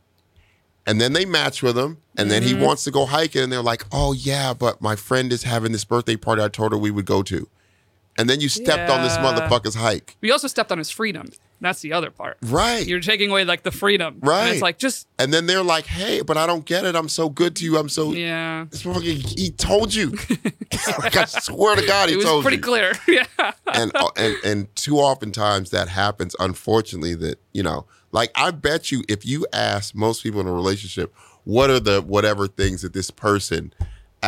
Speaker 2: and then they match with him and then he
Speaker 3: Mm-hmm.
Speaker 2: wants to go hiking and they're like oh yeah but my friend is having this birthday party i told her we would go to and then you stepped on this
Speaker 3: Yeah.
Speaker 2: motherfucker's hike
Speaker 3: we also stepped on his freedom. That's the other part.
Speaker 2: right
Speaker 3: You're taking away like the freedom. And it's
Speaker 2: Right.
Speaker 3: like just
Speaker 2: and then they're like hey but i don't get it i'm so good to you i'm so
Speaker 3: yeah.
Speaker 2: this motherfucker he told you <laughs> like, i swear
Speaker 3: <laughs>
Speaker 2: to god he
Speaker 3: It was
Speaker 2: told
Speaker 3: pretty
Speaker 2: you
Speaker 3: clear. <laughs> yeah.
Speaker 2: and uh, and and too oftentimes that happens. Unfortunately, that you know, like I bet you, if you ask most people in a relationship, what are the whatever things that this person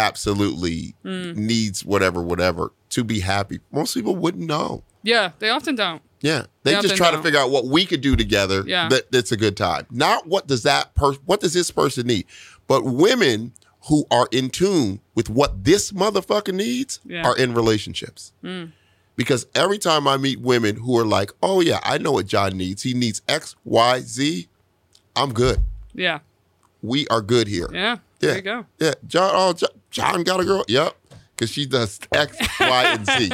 Speaker 2: absolutely needs, whatever, whatever, to be happy, most people wouldn't know.
Speaker 3: Yeah. They often don't.
Speaker 2: Yeah, they
Speaker 3: Yeah,
Speaker 2: just
Speaker 3: they
Speaker 2: try
Speaker 3: don't.
Speaker 2: to figure out what we could do together.
Speaker 3: Yeah.
Speaker 2: that that's a good time. Not what does that person, what does this person need, but women who are in tune with what this motherfucker needs
Speaker 3: Yeah. Mm.
Speaker 2: are in relationships. Because every time I meet women who are like, "Oh yeah, I know what John needs. He needs X, Y, Z. I'm good.
Speaker 3: Yeah.
Speaker 2: We are good here."
Speaker 3: Yeah.
Speaker 2: Yeah.
Speaker 3: There you go.
Speaker 2: Yeah, John. Oh, John, John got a girl. Yep. because she does X, Y,
Speaker 3: <laughs>
Speaker 2: and Z.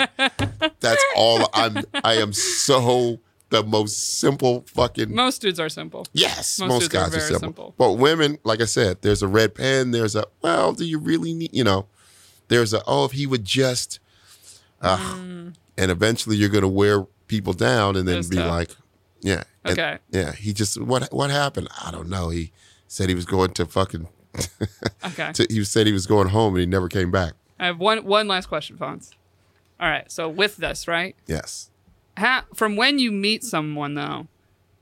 Speaker 2: That's all. I'm. I am so the most simple fucking.
Speaker 3: Most dudes are simple.
Speaker 2: Yes,
Speaker 3: Most
Speaker 2: most,
Speaker 3: dudes are
Speaker 2: guys are,
Speaker 3: very
Speaker 2: simple.
Speaker 3: simple.
Speaker 2: But women, like I said, there's a red pen. There's a well, do you really need? You know, there's a oh, if he would just, uh, and eventually you're gonna wear people down and then
Speaker 3: That's
Speaker 2: be
Speaker 3: Mm. tough.
Speaker 2: like, yeah, and-
Speaker 3: Okay.
Speaker 2: yeah. He just what what happened? I don't know. He said he was going to fucking.
Speaker 3: Okay.
Speaker 2: to, he said he was going home and he never came back.
Speaker 3: I have one one last question, Fonz. All right. So with this, right?
Speaker 2: Yes.
Speaker 3: How, from when you meet someone though,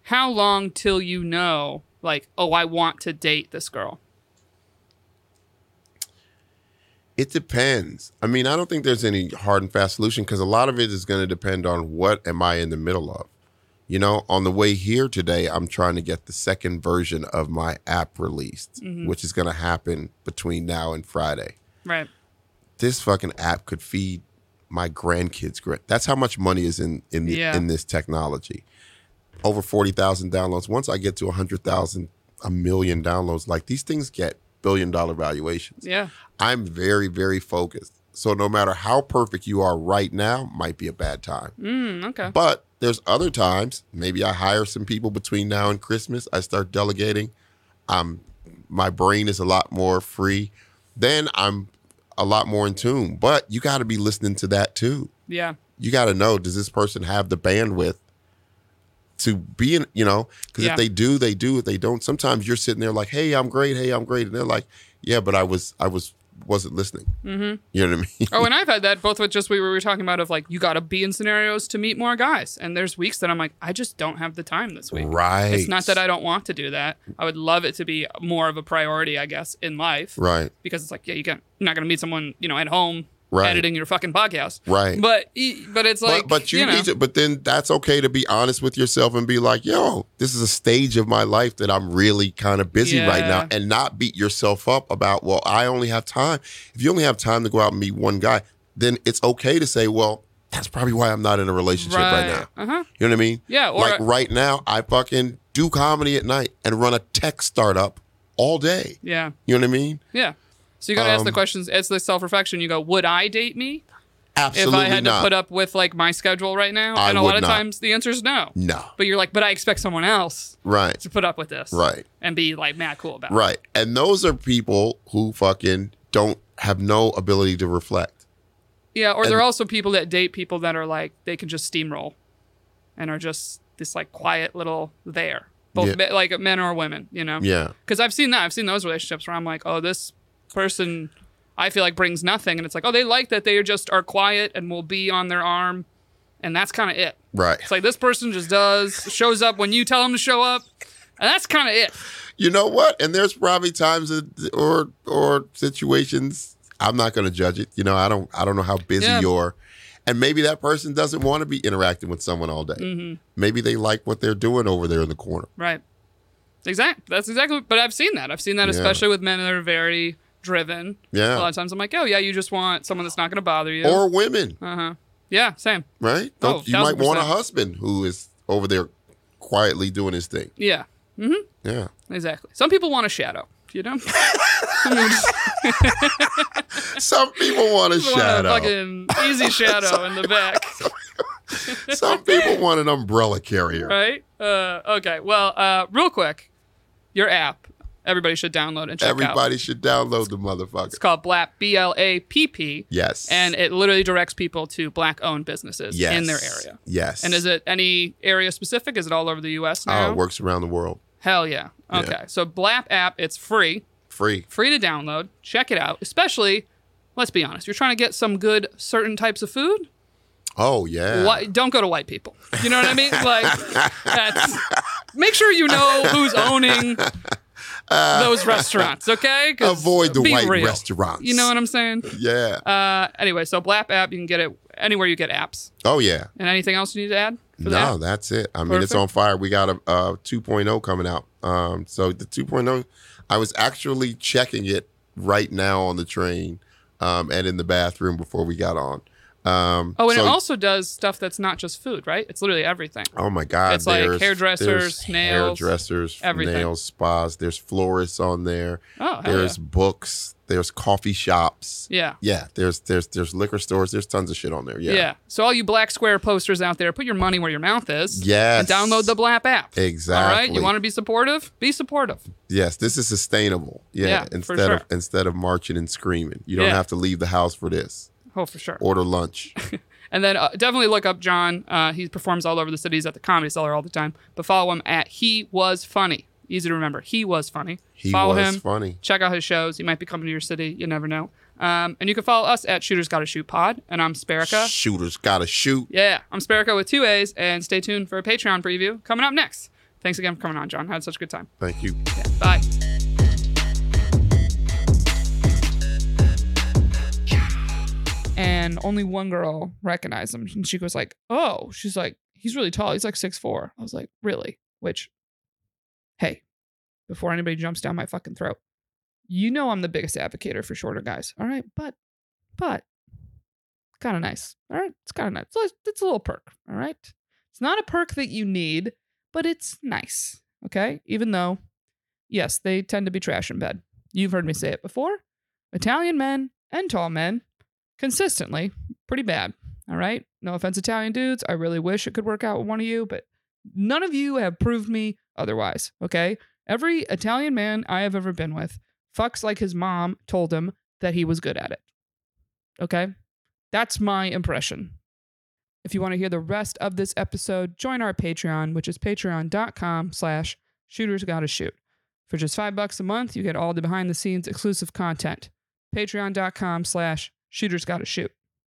Speaker 3: how long till you know like, oh, I want to date this girl?
Speaker 2: It depends. I mean, I don't think there's any hard and fast solution because a lot of it is going to depend on what am I in the middle of. You know, on the way here today, I'm trying to get the second version of my app released, which is going to happen between now and Friday.
Speaker 3: Right.
Speaker 2: This fucking app could feed my grandkids. gra- That's how much money is in in the,
Speaker 3: Yeah.
Speaker 2: in this technology. Over forty thousand downloads. Once I get to a hundred thousand, a million downloads, like these things get billion dollar valuations.
Speaker 3: Yeah.
Speaker 2: I'm very, very focused. So no matter how perfect you are right now, might be a bad time.
Speaker 3: Mm, okay.
Speaker 2: But there's other times, maybe I hire some people between now and Christmas. I start delegating. I'm my brain is a lot more free. Then I'm a lot more in tune. But you gotta be listening to that too.
Speaker 3: Yeah.
Speaker 2: You gotta know, does this person have the bandwidth to be in, you know, because
Speaker 3: Yeah.
Speaker 2: if they do, they do. If they don't, sometimes you're sitting there like, hey, I'm great, hey, I'm great. And they're like, Yeah, but I was I was wasn't listening.
Speaker 3: Mm-hmm.
Speaker 2: You know what I mean?
Speaker 3: Oh, and I've had that both with just we were, we were talking about of like you got to be in scenarios to meet more guys, and there's weeks that I'm like I just don't have the time this week.
Speaker 2: Right.
Speaker 3: It's not that I don't want to do that. I would love it to be more of a priority, I guess, in life
Speaker 2: Right.
Speaker 3: because it's like yeah, you can you're not gonna meet someone you know at home
Speaker 2: Right.
Speaker 3: editing your fucking podcast,
Speaker 2: Right.
Speaker 3: but e- but it's like
Speaker 2: but, but you,
Speaker 3: you, know,
Speaker 2: need to. But then that's okay to be honest with yourself and be like, yo, this is a stage of my life that I'm really kind of busy right now,
Speaker 3: Yeah.
Speaker 2: and not beat yourself up about, well, I only have time. If you only have time to go out and meet one guy, then it's okay to say, well, that's probably why I'm not in a relationship right, now.
Speaker 3: Uh huh.
Speaker 2: You know what I mean?
Speaker 3: Yeah, or-
Speaker 2: like right now, I fucking do comedy at night and run a tech startup all day.
Speaker 3: Yeah.
Speaker 2: You know what I mean?
Speaker 3: Yeah. So you gotta ask the
Speaker 2: Um,
Speaker 3: questions. It's the self reflection. You go, would I date me if
Speaker 2: Absolutely
Speaker 3: I had
Speaker 2: not.
Speaker 3: to put up with like my schedule right now?
Speaker 2: I
Speaker 3: and a
Speaker 2: would
Speaker 3: lot of
Speaker 2: not.
Speaker 3: times the answer is no.
Speaker 2: no.
Speaker 3: But you're like, but I expect someone else
Speaker 2: Right.
Speaker 3: to put up with this,
Speaker 2: Right.
Speaker 3: And be like mad cool about
Speaker 2: Right. And those are people who fucking don't have no ability to reflect.
Speaker 3: it. Yeah. Or
Speaker 2: And-
Speaker 3: there are also people that date people that are like they can just steamroll, and are just this like quiet little there, both
Speaker 2: Yeah.
Speaker 3: me- like men or women, you know?
Speaker 2: Yeah.
Speaker 3: Because I've seen that. I've seen those relationships where I'm like, oh, this person I feel like brings nothing. And it's like, oh, they like that they are just are quiet and will be on their arm. And that's kind of it.
Speaker 2: Right.
Speaker 3: It's like this person just does, shows up when you tell them to show up. And that's kind of it.
Speaker 2: You know what? And there's probably times that- or or situations I'm not going to judge it. You know, I don't I don't know how busy
Speaker 3: Yeah.
Speaker 2: you're and maybe that person doesn't want to be interacting with someone all day.
Speaker 3: Mm-hmm.
Speaker 2: Maybe they like what they're doing over there in the corner.
Speaker 3: Right. Exactly. That's exactly. But I've seen that. I've seen that,
Speaker 2: Yeah.
Speaker 3: especially with men that are very driven. A
Speaker 2: Yeah.
Speaker 3: lot of times I'm like, oh, yeah, you just want someone that's not going to bother you.
Speaker 2: Or women,
Speaker 3: uh huh. Yeah, same.
Speaker 2: right?
Speaker 3: Oh,
Speaker 2: Don't, you might
Speaker 3: 1000%.
Speaker 2: want a husband who is over there quietly doing his thing.
Speaker 3: Yeah.
Speaker 2: Yeah.
Speaker 3: Exactly. Some people want a shadow, you know? <laughs>
Speaker 2: Some people want a
Speaker 3: People want
Speaker 2: shout
Speaker 3: a
Speaker 2: out.
Speaker 3: fucking easy shadow in the back,
Speaker 2: Some people want an umbrella carrier.
Speaker 3: right? Uh, okay. Well, uh, real quick, your app. Everybody should download and check out.
Speaker 2: Everybody should download the motherfucker.
Speaker 3: It's called Black B L A P P,
Speaker 2: Yes.
Speaker 3: and it literally directs people to black-owned businesses
Speaker 2: yes.
Speaker 3: in their area.
Speaker 2: Yes.
Speaker 3: And is it any area specific? Is it all over the U.S. now?
Speaker 2: Oh, it works around the world.
Speaker 3: Hell yeah.
Speaker 2: Yeah.
Speaker 3: Okay. So Blap app, it's free,
Speaker 2: Free.
Speaker 3: free to download. Check it out. Especially, let's be honest, you're trying to get some good certain types of food.
Speaker 2: Oh yeah.
Speaker 3: Why, don't go to white people. You know what I mean? Like, that's, make sure you know who's owning those restaurants, okay? 'Cause
Speaker 2: Uh, Avoid the
Speaker 3: be
Speaker 2: white
Speaker 3: real.
Speaker 2: restaurants.
Speaker 3: You know what I'm saying?
Speaker 2: Yeah.
Speaker 3: Uh, anyway, so Blap app, you can get it anywhere you get apps.
Speaker 2: oh yeah.
Speaker 3: And anything else you need to add? for
Speaker 2: No,
Speaker 3: the app?
Speaker 2: that's it. I mean, it's
Speaker 3: Perfect.
Speaker 2: on fire. We got a, uh 2.0 coming out. Um, so the 2.0, I was actually checking it right now on the train, um, and in the bathroom before we got on. Um,
Speaker 1: Oh, and
Speaker 2: so-
Speaker 1: it also does stuff that's not just food, right? It's literally everything.
Speaker 2: Oh my God!
Speaker 1: It's like
Speaker 2: there's-
Speaker 1: hairdressers,
Speaker 2: there's
Speaker 1: nails,
Speaker 2: hairdressers,
Speaker 1: everything.
Speaker 2: nails, spas. There's florists on there.
Speaker 1: Oh, hell
Speaker 2: There's books. There's coffee shops.
Speaker 1: yeah.
Speaker 2: Yeah, there's there's there's liquor stores. There's tons of shit on there.
Speaker 1: Yeah.
Speaker 2: Yeah.
Speaker 1: yeah. So all you black square posters out there, put your money where your mouth is.
Speaker 2: Yes.
Speaker 1: And download the Blap app.
Speaker 2: Exactly.
Speaker 1: All right. You want to be supportive? Be supportive.
Speaker 2: Yes, this is sustainable. Yeah.
Speaker 1: Yeah, for
Speaker 2: instead of
Speaker 1: sure.
Speaker 2: instead of marching and screaming, you don't
Speaker 1: Yeah.
Speaker 2: have to leave the house for this.
Speaker 1: Oh, for sure.
Speaker 2: Order
Speaker 1: <laughs>
Speaker 2: lunch.
Speaker 1: And then uh, definitely look up John. Uh, he performs all over the cities at the Comedy Cellar all the time. But follow him at He Was Funny. Easy to remember. He Was Funny.
Speaker 2: He
Speaker 1: follow
Speaker 2: was
Speaker 1: him.
Speaker 2: funny.
Speaker 1: Check out his shows. He might be coming to your city. You never know. Um, and you can follow us at Shooters Gotta Shoot Pod. And I'm Sperica.
Speaker 2: Shooters gotta shoot.
Speaker 1: Yeah, I'm Sperica with two A's. And stay tuned for a Patreon preview coming up next. Thanks again for coming on, John. Had such a good time.
Speaker 2: Thank you.
Speaker 1: Yeah, bye. And only one girl recognized him, and she goes like, "Oh, she's like, he's really tall. He's like six four. I was like, "Really?" Which, hey, before anybody jumps down my fucking throat, you know I'm the biggest advocator for shorter guys. All right, but, but, kind of nice. All right, it's kind of nice. It's, it's a little perk. All right, it's not a perk that you need, but it's nice. Okay, even though yes, they tend to be trash in bed. You've heard me say it before. Italian men and tall men, consistently, pretty bad. All right. No offense, Italian dudes. I really wish it could work out with one of you, but none of you have proved me otherwise. Okay. Every Italian man I have ever been with fucks like his mom told him that he was good at it. Okay. That's my impression. If you want to hear the rest of this episode, join our Patreon, which is patreon.com slash shooters gotta shoot. For just five bucks a month, you get all the behind the scenes exclusive content. Patreon.com slash shooters gotta shoot.